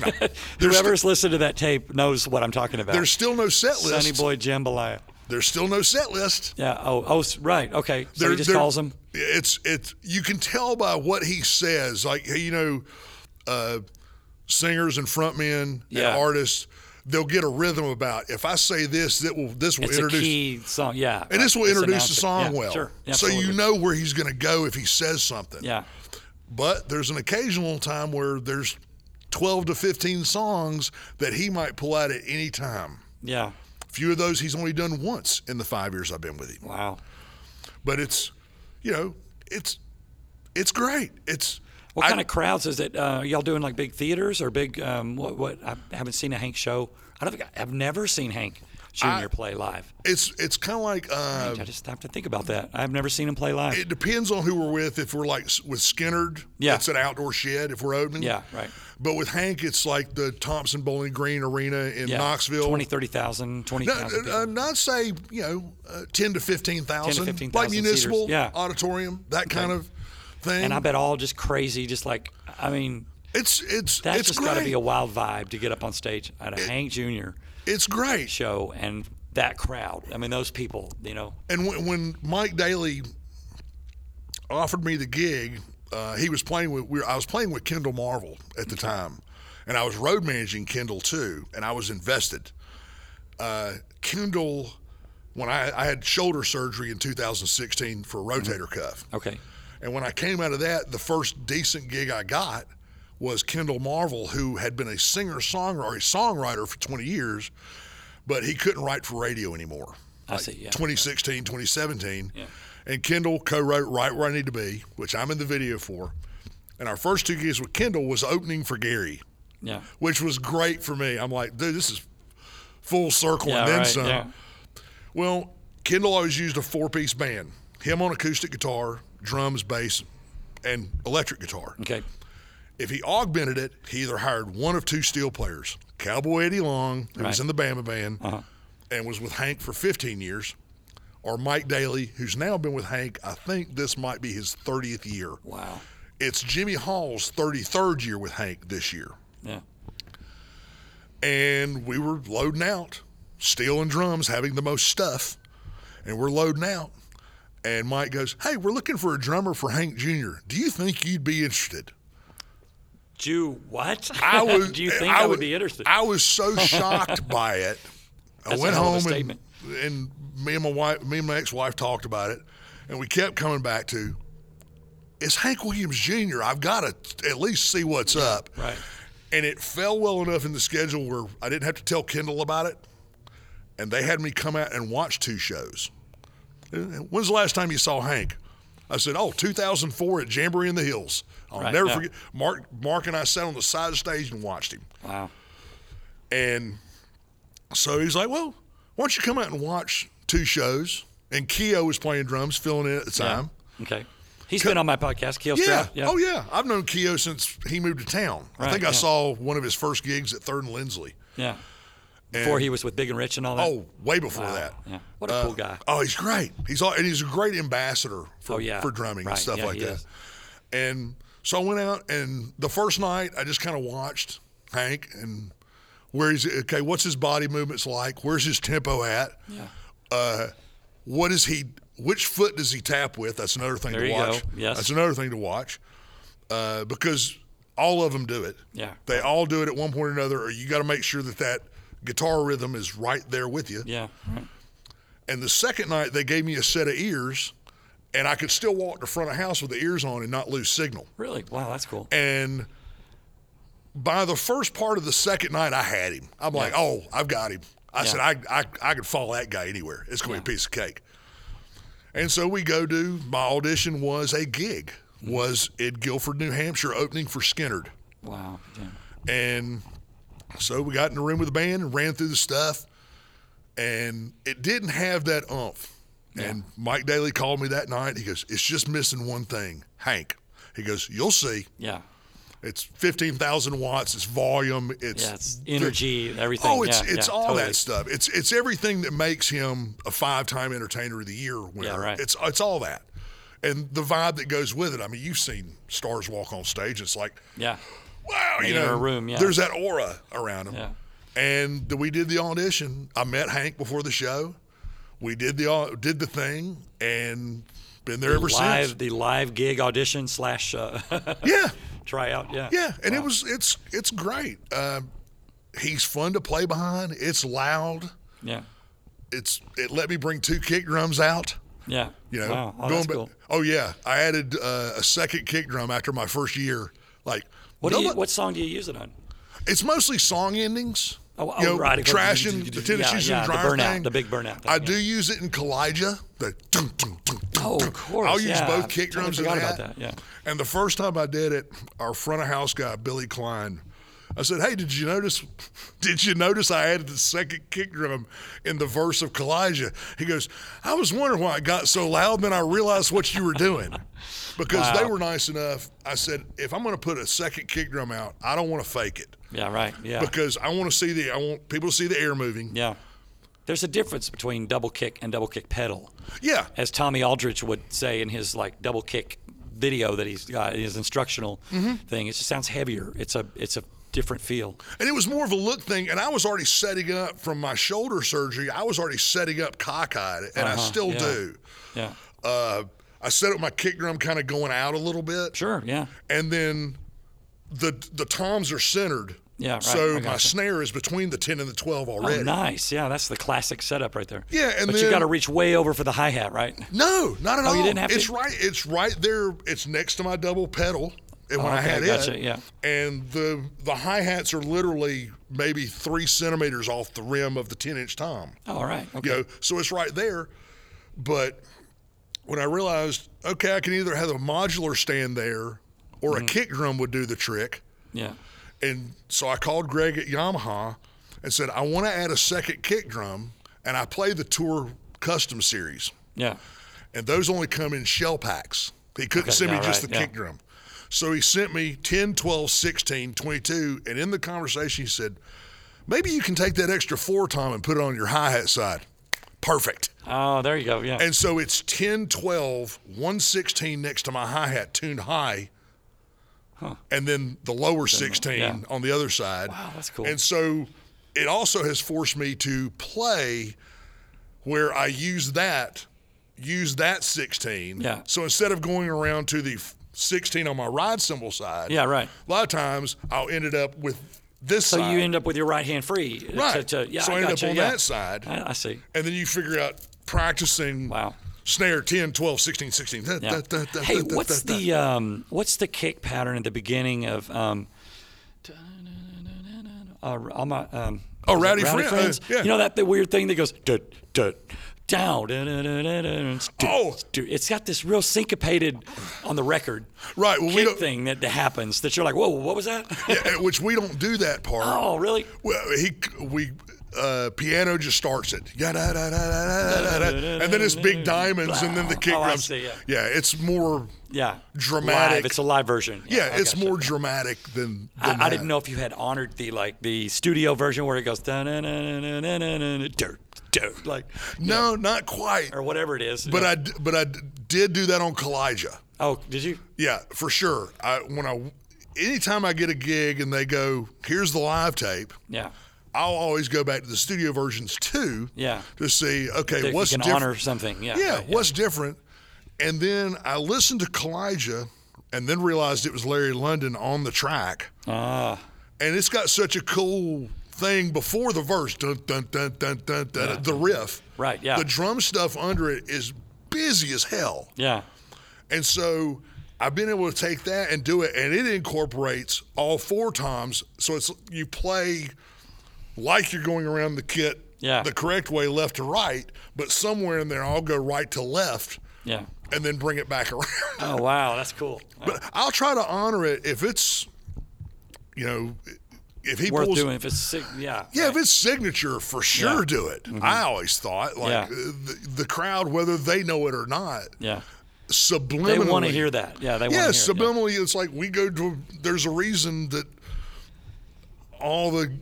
There's,
Whoever's listened to that tape knows what I'm talking about.
there's still no set list.
Sunny Boy Jambalaya.
There's still no set list.
Yeah. Oh. Oh. s- Right. Okay. So he just calls him.
It's it's you can tell by what he says. Like you know, uh, singers and frontmen
Yeah.
and artists, they'll get a rhythm about if I say this, that will this will
It's
introduce.
a key song. Yeah.
And this will
It's
introduce the
announced.
song
Yeah,
well,
Sure.
so you
absolutely.
know where he's going to go if he says something.
Yeah.
But there's an occasional time where there's 12 to 15 songs that he might pull out at any time.
Yeah.
Few of those he's only done once in the five years I've been with him.
Wow.
but it's you know it's it's great it's
What
I-
kind of crowds is it? Uh, y'all doing like big theaters or big? Um, what? What? I haven't seen a Hank show. I don't think I, I've never seen Hank Junior play live?
It's it's kind of like uh,
I just stopped to think about that. I've never seen him play live.
it depends on who we're with. If we're like s- with Skinnerd,
Yeah.
it's an outdoor shed. If we're opening,
yeah, right.
But with Hank, it's like the Thompson Bowling Green Arena in
Yeah.
Knoxville.
20, 30,000,
No,
20,000
uh,
people.
uh, not say you know uh, ten to
10
fifteen
to
thousand,
15,000
like municipal
seaters. Yeah.
auditorium, that kind of thing.
and I bet all just crazy, just like, I mean,
it's it's
that's
it's
just
great.
got to be a wild vibe to get up on stage at a Hank Jr.
it's great.
show and that crowd. I mean, those people, you know.
And when, when Mike Daly offered me the gig, uh, he was playing with. We were, I was playing with Kendall Marvel at the time, and I was road managing Kendall too, and I was invested. Uh, Kendall, when I, I had shoulder surgery in 2016 for a rotator cuff,
Okay.
and when I came out of that, the first decent gig I got was Kendall Marvel, who had been a singer songwriter, songwriter for 20 years, but he couldn't write for radio anymore.
I see. Yeah.
2016, 2017. And Kendall co-wrote Right Where I Need to Be, which I'm in the video for. And our first two gigs with Kendall was opening for Gary,
Yeah.
which was great for me. I'm like, dude, this is full circle
Yeah,
and then
right,
some.
yeah.
Well, Kendall always used a four-piece band. Him on acoustic guitar, drums, bass, and electric guitar.
Okay.
If he augmented it, he either hired one of two steel players, Cowboy Eddie Long, who was
Right.
in the Bama Band and was with Hank for 15 years, or Mike Daly, who's now been with Hank. I think this might be his 30th year.
Wow.
It's Jimmy Hall's 33rd year with Hank this year.
Yeah.
And we were loading out, steel and drums having the most stuff, and we're loading out. And Mike goes, Hey, we're looking for a drummer for Hank Jr. Do you think you'd be interested?
Jew, what?
I was.
Do you think I,
was-
would be interested?
I was so shocked by it. I
That's a
went
hell of a
home and,
statement.
and me and my wife, me and my ex-wife talked about it, and we kept coming back to, it's Hank Williams Jr. I've got to at least see what's up.
right.
And it fell well enough in the schedule where I didn't have to tell Kendall about it, and they had me come out and watch two shows. When's the last time you saw Hank? I said, "Oh, 2004 at Jamboree in the Hills." I'll
Right,
never
yeah.
forget. Mark, Mark, and I sat on the side of the stage and watched him.
Wow.
And so he's like, well, why don't you come out and watch two shows? And Keo was playing drums, filling in at the time.
Okay. He's been on my podcast, Keel
Yeah.
Stroud. Yeah.
Oh, yeah. I've known Keo since he moved to town. I
Right,
think I
yeah.
saw one of his first gigs at Third and Lindsley.
Yeah. Before he was with Big and Rich and all that.
Oh, way before that.
Yeah. What a
Uh,
cool guy.
Oh, he's great. He's all, and he's a great ambassador for
Oh, yeah.
for drumming and
Right.
stuff
Yeah,
like
he
that.
is.
And so I went out, and the first night I just kind of watched Hank and where he's okay. What's his body movements like? Where's his tempo at? Yeah. Uh, what is he? Which foot does he tap with? That's another thing
There
to
you
watch.
go. Yes.
That's another thing to watch uh, because all of them do it.
Yeah.
They all do it at one point or another. Or you got to make sure that that guitar rhythm is right there with you.
Yeah. Right.
And the second night, they gave me a set of ears, and I could still walk to front of house with the ears on and not lose signal.
Really? Wow, that's cool.
And by the first part of the second night, I had him. I'm like, oh, I've got him. I said, I, I, I could follow that guy anywhere. It's going to be a piece of cake. And so we go to my audition was a gig was in Guilford, New Hampshire, opening for Skinnerd.
Wow. Yeah.
And so we got in the room with the band and ran through the stuff, and it didn't have that umph. And Mike Daly called me that night. He goes, "It's just missing one thing, Hank." He goes, "You'll see.
Yeah.
It's fifteen thousand watts. It's volume. It's,
Yeah, it's energy, everything.
Oh, it's
Yeah,
it's
yeah,
all
totally.
that stuff. It's it's everything that makes him a five-time Entertainer of the Year winner.
right.
It's it's all that, and the vibe that goes with it. I mean, you've seen stars walk on stage. It's like
Yeah.
wow, you
enter
know,
a room, yeah.
there's that aura around him.
Yeah.
And th- we did the audition. I met Hank before the show. We did the au- did the thing, and been there ever
Live
since.
the live gig audition slash uh,
Yeah,
tryout. Yeah.
yeah, and it was it's it's great. Uh, he's fun to play behind. It's loud.
Yeah.
It's it let me bring two kick drums out.
Yeah.
You know,
Wow. Oh,
going
that's
ba-
cool.
oh yeah, I added uh, a second kick drum after my first year. Like
What do you,
nobody-
what song do you use it on?
It's mostly song endings.
Oh, oh,
you know,
right, it goes-
Trashing the Tennessee's
Yeah, yeah,
and
the
dryer
burnout,
thing.
the big burnout thing,
I
yeah.
do use it in Kalijah. The dun, dun, dun, dun,
Oh,
dun.
of course.
I'll use
yeah.
both kick
Totally
drums in
forgot
that.
about that. Yeah.
And the first time I did it, our front of house guy Billy Klein I said, "Hey, did you notice? Did you notice I added the second kick drum in the verse of Kalijah?" He goes, "I was wondering why it got so loud. Then I realized what you were doing, because they were nice enough." I said, "If I'm going to put a second kick drum out, I don't want to fake it
Yeah, right. Yeah.
because I want to see the I want people to see the air moving.
yeah. There's a difference between double kick and double kick pedal.
Yeah,
as Tommy Aldrich would say in his like double kick video that he's got his instructional
Mm-hmm.
thing. It just sounds heavier. It's a it's a different feel.
and it was more of a look thing. And I was already setting up from my shoulder surgery. I was already setting up cockeyed, and I
Uh-huh,
still
yeah.
do.
Yeah.
Uh, I set up my kick drum kind of going out a little bit.
Sure. Yeah.
and then the the toms are centered.
Yeah, right,
So
I
my
gotcha.
snare is between the ten and the twelve
Oh,
already.
nice. Yeah, that's the classic setup right there.
Yeah, and
but you
then-
got to reach way over for the hi hat, right?
No, not at all.
Oh, you didn't have to?
it's right. It's right there. It's next to my double pedal. And when I
Oh, okay,
had
gotcha,
it,
yeah.
And the the hi hats are literally maybe three centimeters off the rim of the ten inch tom.
Oh, all right. Okay.
You know, so it's right there. But when I realized, okay, I can either have a modular stand there, or
Mm-hmm.
a kick drum would do the trick.
Yeah.
And so I called Greg at Yamaha and said, I want to add a second kick drum. And I play the Tour Custom Series.
Yeah.
And those only come in shell packs. He
Okay,
couldn't send me
yeah,
just
right,
the
yeah.
kick drum. So he sent me 10, 12, 16, 22. And in the conversation, he said, Maybe you can take that extra four tom and put it on your hi hat side. Perfect.
Oh, there you go. Yeah.
And so it's 10, 12, 116 next to my hi hat tuned high. And then the lower 16
yeah.
on the other side.
Wow, Oh, that's cool.
And so it also has forced me to play where I use that, use that 16.
Yeah.
So instead of going around to the f- 16 on my ride cymbal side,
Yeah, right.
a lot of times I'll end it up with this
so
side.
you end up with your right hand free. to-
right.
to- yeah,
so
I
I, end
gotcha,
up on
yeah.
that side
I, I see.
and then you figure out practicing
Wow.
snare 10 12 16 16 Da,
Yeah.
da, da, da,
hey,
da, da,
what's
da, da.
the um, what's the kick pattern at the beginning of um, uh, all my um,
Oh,
is it
Rowdy Friend- uh, yeah.
You know that the weird thing that goes dut dut down. dun, dun, dun, dun, dun, dun,
Oh.
dun. it's got this real syncopated on the record
right well we
kick
don't
thing that, that happens that you're like, whoa, what was that?
yeah, which we don't do that part
oh, really?
well, he we uh, piano just starts it Yeah, da, da, da, da, da, da, da. and then it's big diamonds and then the kick
Oh, I
drums
see, yeah.
it's more
Yeah,
Dramatic.
Live. It's a live version.
yeah,
I
it's
gotcha.
more dramatic than, than
I, I
that.
didn't know if you had honored the like the studio version where it goes dun, dun, dun, dun, dun, dun, dun, dirt dirt like
no not quite
or whatever it is.
but uh, I d- but I d- did do that on Kalijah
oh, did you?
Yeah, for sure. I when I anytime I get a gig and they go, here's the live tape,
Yeah,
I'll always go back to the studio versions too.
Yeah.
To see, okay,
if
what's
you can
different?
honor something. Yeah,
yeah,
right,
what's different? And then I listened to Kalijah and then realized it was Larry London on the track.
Ah,
And it's got such a cool thing before the verse, dun dun dun dun dun, dun the riff.
Right, yeah.
The drum stuff under it is busy as hell.
yeah,
And so I've been able to take that and do it, and it incorporates all four toms. So it's you play like you're going around the kit
Yeah.
the correct way, left to right, but somewhere in there I'll go right to left
yeah.
and then bring it back around.
Oh wow, that's cool.
but I'll try to honor it if it's, you know, if he
Worth
pulls.
doing if it's sick. Yeah,
Yeah,
right.
if it's signature, for sure,
Yeah. Mm-hmm.
do it. I always thought, like
Yeah.
uh, the, the crowd, whether they know it or not,
yeah.
subliminally,
They want to hear that. Yeah, they want to
Yeah,
hear. it, yeah.
subliminally, it's like we go to. There's a reason that all the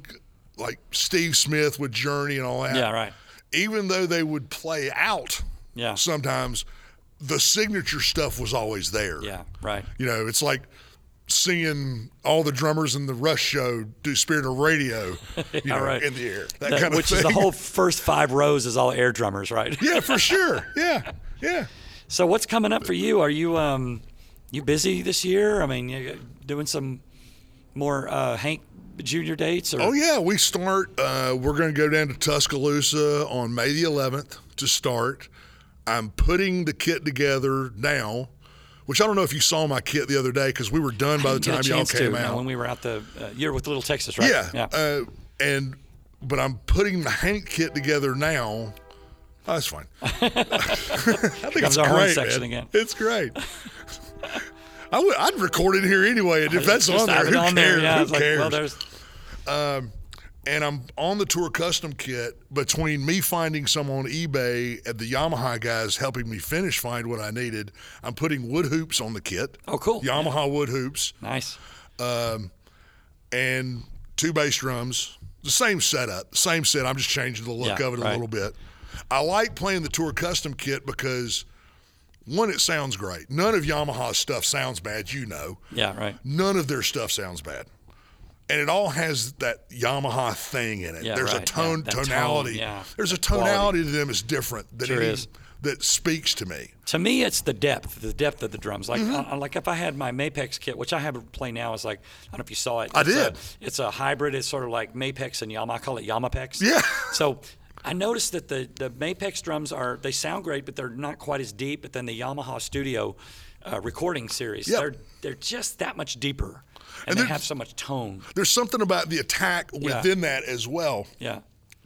like Steve Smith with Journey and all that.
Yeah, right.
Even though they would play out,
Yeah.
sometimes the signature stuff was always there.
Yeah, right.
you know, it's like seeing all the drummers in the Rush show do Spirit of Radio, you know,
right.
in the air,
That-
that, kind of
which
thing.
is the whole first five rows is all air drummers, right?
yeah, for sure. Yeah, yeah.
So what's coming up for you? Are you um, you busy this year? I mean, you doing some more uh, Hank Junior dates or
Oh yeah, we start. Uh, we're going to go down to Tuscaloosa on May the 11th to start. I'm putting the kit together now, which I don't know if you saw my kit the other day because we were done by the
Didn't get
time
a
y'all
chance
came
to, no,
out.
when we were out the uh, year with Little Texas, right?
yeah,
yeah.
Uh, and but I'm putting the Hank kit together now. Oh, that's fine. I think it's
our horn
great,
section
man.
again.
It's great. I would, I'd record it here anyway, and if that's
Just
on there,
have it
who
on
cares?
Yeah,
who
it's like,
cares?
well, there's
Um, and I'm on the tour custom kit between me finding some on eBay and the Yamaha guys helping me finish find what I needed. I'm putting wood hoops on the kit.
Oh, cool.
Yamaha wood hoops
Nice.
and two bass drums. The same setup, same set. I'm just changing the look
Yeah,
of it a
right.
little bit. I like playing the tour custom kit because one, it sounds great. None of Yamaha's stuff sounds bad, you know.
Yeah, right.
None of their stuff sounds bad. And it all has that Yamaha thing in it.
Yeah,
There's
right,
a tone
yeah, that
tonality.
tone, yeah,
There's a
that quality.
tonality to them that's different that
Sure
any-
is.
that speaks to me.
To me, it's the depth, the depth of the drums. Like,
Mm-hmm.
uh, like if I had my Mapex kit, which I have to play now, is like I don't know if you saw it.
I
It's a-
did.
it's a hybrid. It's sort of like Mapex and Yamaha. I call it Yamapex.
Yeah.
So I noticed that the the Mapex drums are they sound great, but they're not quite as deep. But then the Yamaha Studio uh, recording series,
Yep.
they're they're just that much deeper, and,
And
they
they're-
have so much tone.
There's something about the attack within that as well.
Yeah.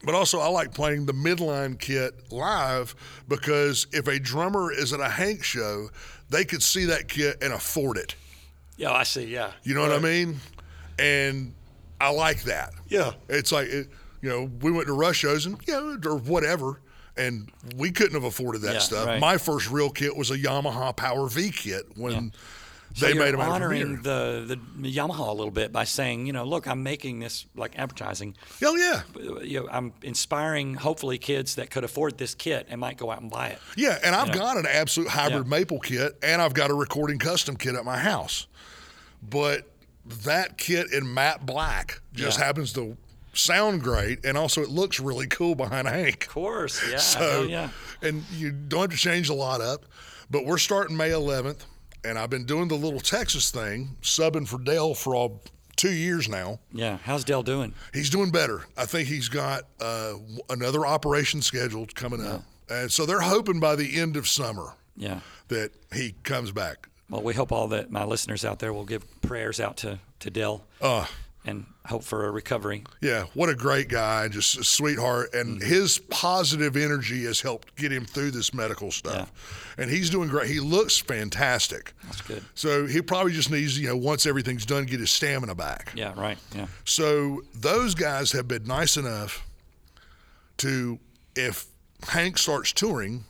But also, I like playing the midline kit live because if a drummer is at a Hank show, they could see that kit and afford it.
Yeah, I see. Yeah.
You know what I mean? And I like that.
Yeah.
It's like, it, you know, we went to Rush shows and, you know, or whatever, and we couldn't have afforded that
Yeah,
stuff.
right.
My first real kit was a Yamaha Power V kit when
So
they
you're
made them out of
honoring
beer.
the the Yamaha a little bit by saying, you know, look, I'm making this like advertising.
Oh, yeah.
you know, I'm inspiring hopefully kids that could afford this kit and might go out and buy it.
Yeah, and I've got an absolute hybrid maple kit, and I've got a recording custom kit at my house. But that kit in matte black just
Yeah.
happens to sound great, and also it looks really cool behind Hank.
Of course, yeah,
So,
hell yeah.
and you don't have to change a lot up. But we're starting May 11th, and I've been doing the little Texas thing, subbing for Dale for all two years now.
Yeah, how's Dell doing?
He's doing better. I think he's got uh, w- another operation scheduled coming up, and so they're hoping by the end of summer
Yeah.
that he comes back.
Well, we hope all that my listeners out there will give prayers out to to Dell
Uh,
and hope for a recovery.
yeah, what a great guy, just a sweetheart, and his positive energy has helped get him through this medical stuff, and he's doing great. He looks fantastic.
That's good.
So he probably just needs, you know, once everything's done, get his stamina back.
Yeah, right. Yeah.
So those guys have been nice enough to, if Hank starts touring,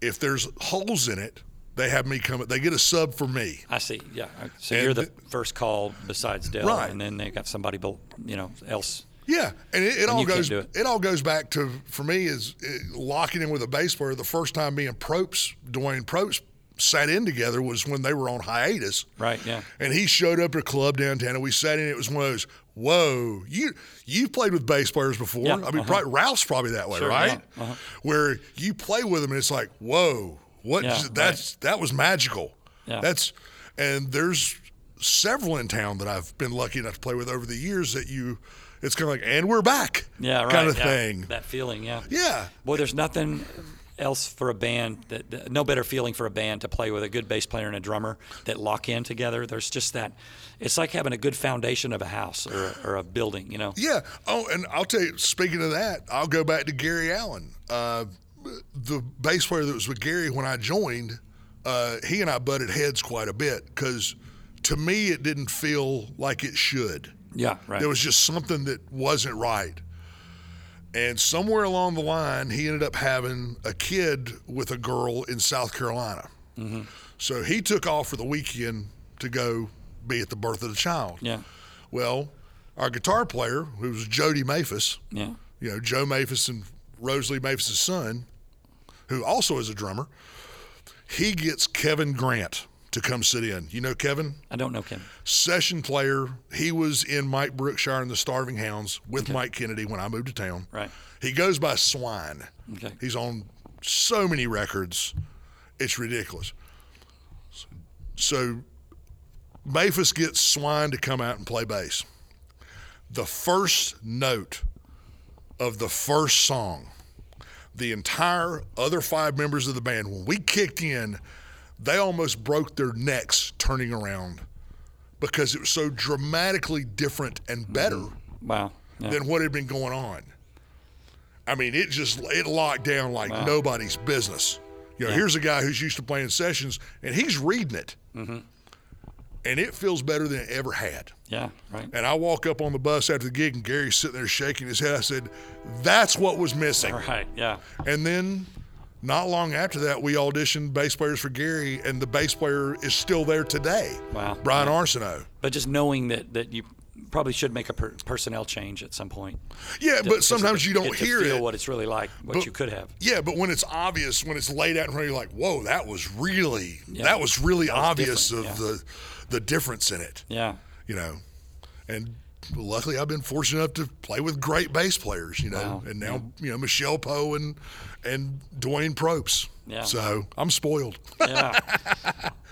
if there's holes in it, they have me come. They get a sub for me.
I see. Yeah. So
And
you're the
th-
first call besides Dell,
Right.
and then they got somebody, bel- you know, else.
Yeah, and it, it all
you can't
goes.
do
It.
it.
all goes back to for me is uh, locking in with a bass player. The first time me and Propes, Dwayne Propes, sat in together was when they were on hiatus.
Right. Yeah.
And he showed up at a club downtown, and we sat in. It was one of those, whoa, you you played with bass players before.
Yeah, uh-huh.
I mean, probably, Ralph's probably that way,
Sure,
right?
yeah, uh-huh.
Where you play with them, and it's like, whoa, what?
Yeah,
that's that was magical.
Yeah.
That's and there's several in town that I've been lucky enough to play with over the years that you, it's kind of like, and we're back,
Yeah. Right.
kind of
yeah.
thing.
That feeling. Yeah.
yeah,
Well, there's nothing else for a band that, that- no better feeling for a band to play with a good bass player and a drummer that lock in together. There's just that it's like having a good foundation of a house or, or a building, you know.
Yeah. Oh, and I'll tell you, speaking of that, I'll go back to Gary Allen. Uh, the bass player that was with Gary when I joined, uh, he and I butted heads quite a bit because to me, it didn't feel like it should.
Yeah, right.
There was just something that wasn't right. And somewhere along the line, he ended up having a kid with a girl in South Carolina. So he took off for the weekend to go be at the birth of the child.
yeah,
Well, our guitar player, who was Jody Maphis,
yeah,
you know, Joe Maphis and Rosalie Maphis' son, who also is a drummer, he gets Kevin Grant to come sit in. You know Kevin?
I don't know Kim.
Session player. He was in Mike Brookshire and the Starving Hounds with Mike Kennedy when I moved to town.
Right.
He goes by Swine.
Okay.
He's on so many records. It's ridiculous. So Maphis gets Swine to come out and play bass. The first note of the first song, the entire other five members of the band, when we kicked in, they almost broke their necks turning around because it was so dramatically different and better
Wow. Yeah.
than what had been going on. I mean, it just it locked down like nobody's
Mm-hmm.
business. You know, here's a guy who's used to playing sessions, and he's reading it, and it feels better than it ever had.
Yeah, right.
And I walk up on the bus after the gig, and Gary's sitting there shaking his head. I said, "That's what was missing."
Right, yeah.
And then, not long after that, we auditioned bass players for Gary, and the bass player is still there today.
Wow.
Brian Arsenault.
But just knowing that, that you probably should make a per- personnel change at some point.
Yeah,
to-
but
just
sometimes
to
you don't
get to
hear
feel
it.
what it's really like, what you could have.
Yeah, but when it's obvious, when it's laid out in front of you, like, whoa, that was really, that was really obvious of
different,
the, the difference in it.
Yeah.
you know, and luckily I've been fortunate enough to play with great bass players, you know,
Wow,
and now you know Michelle Poe and and Dwayne Propes.
Yeah.
So I'm spoiled.
Yeah.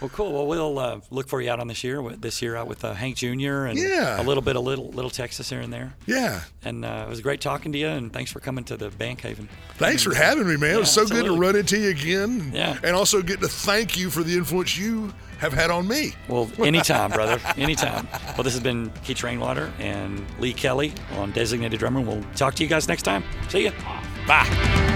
well, cool. Well, we'll uh, look for you out on this year. with- This year out with uh, Hank Jr. and
Yeah.
a little bit of little little Texas here and there.
yeah.
And uh, it was great talking to you. And thanks for coming to the Bank Haven.
Thanks for having me, man. it was so good
absolutely.
to run into you again.
Yeah.
And also get to thank you for the influence you have had on me.
Well, anytime, brother. Anytime. Well, this has been Keith Rainwater and Lee Kelly on Designated Drummer. We'll talk to you guys next time. See ya. Bye.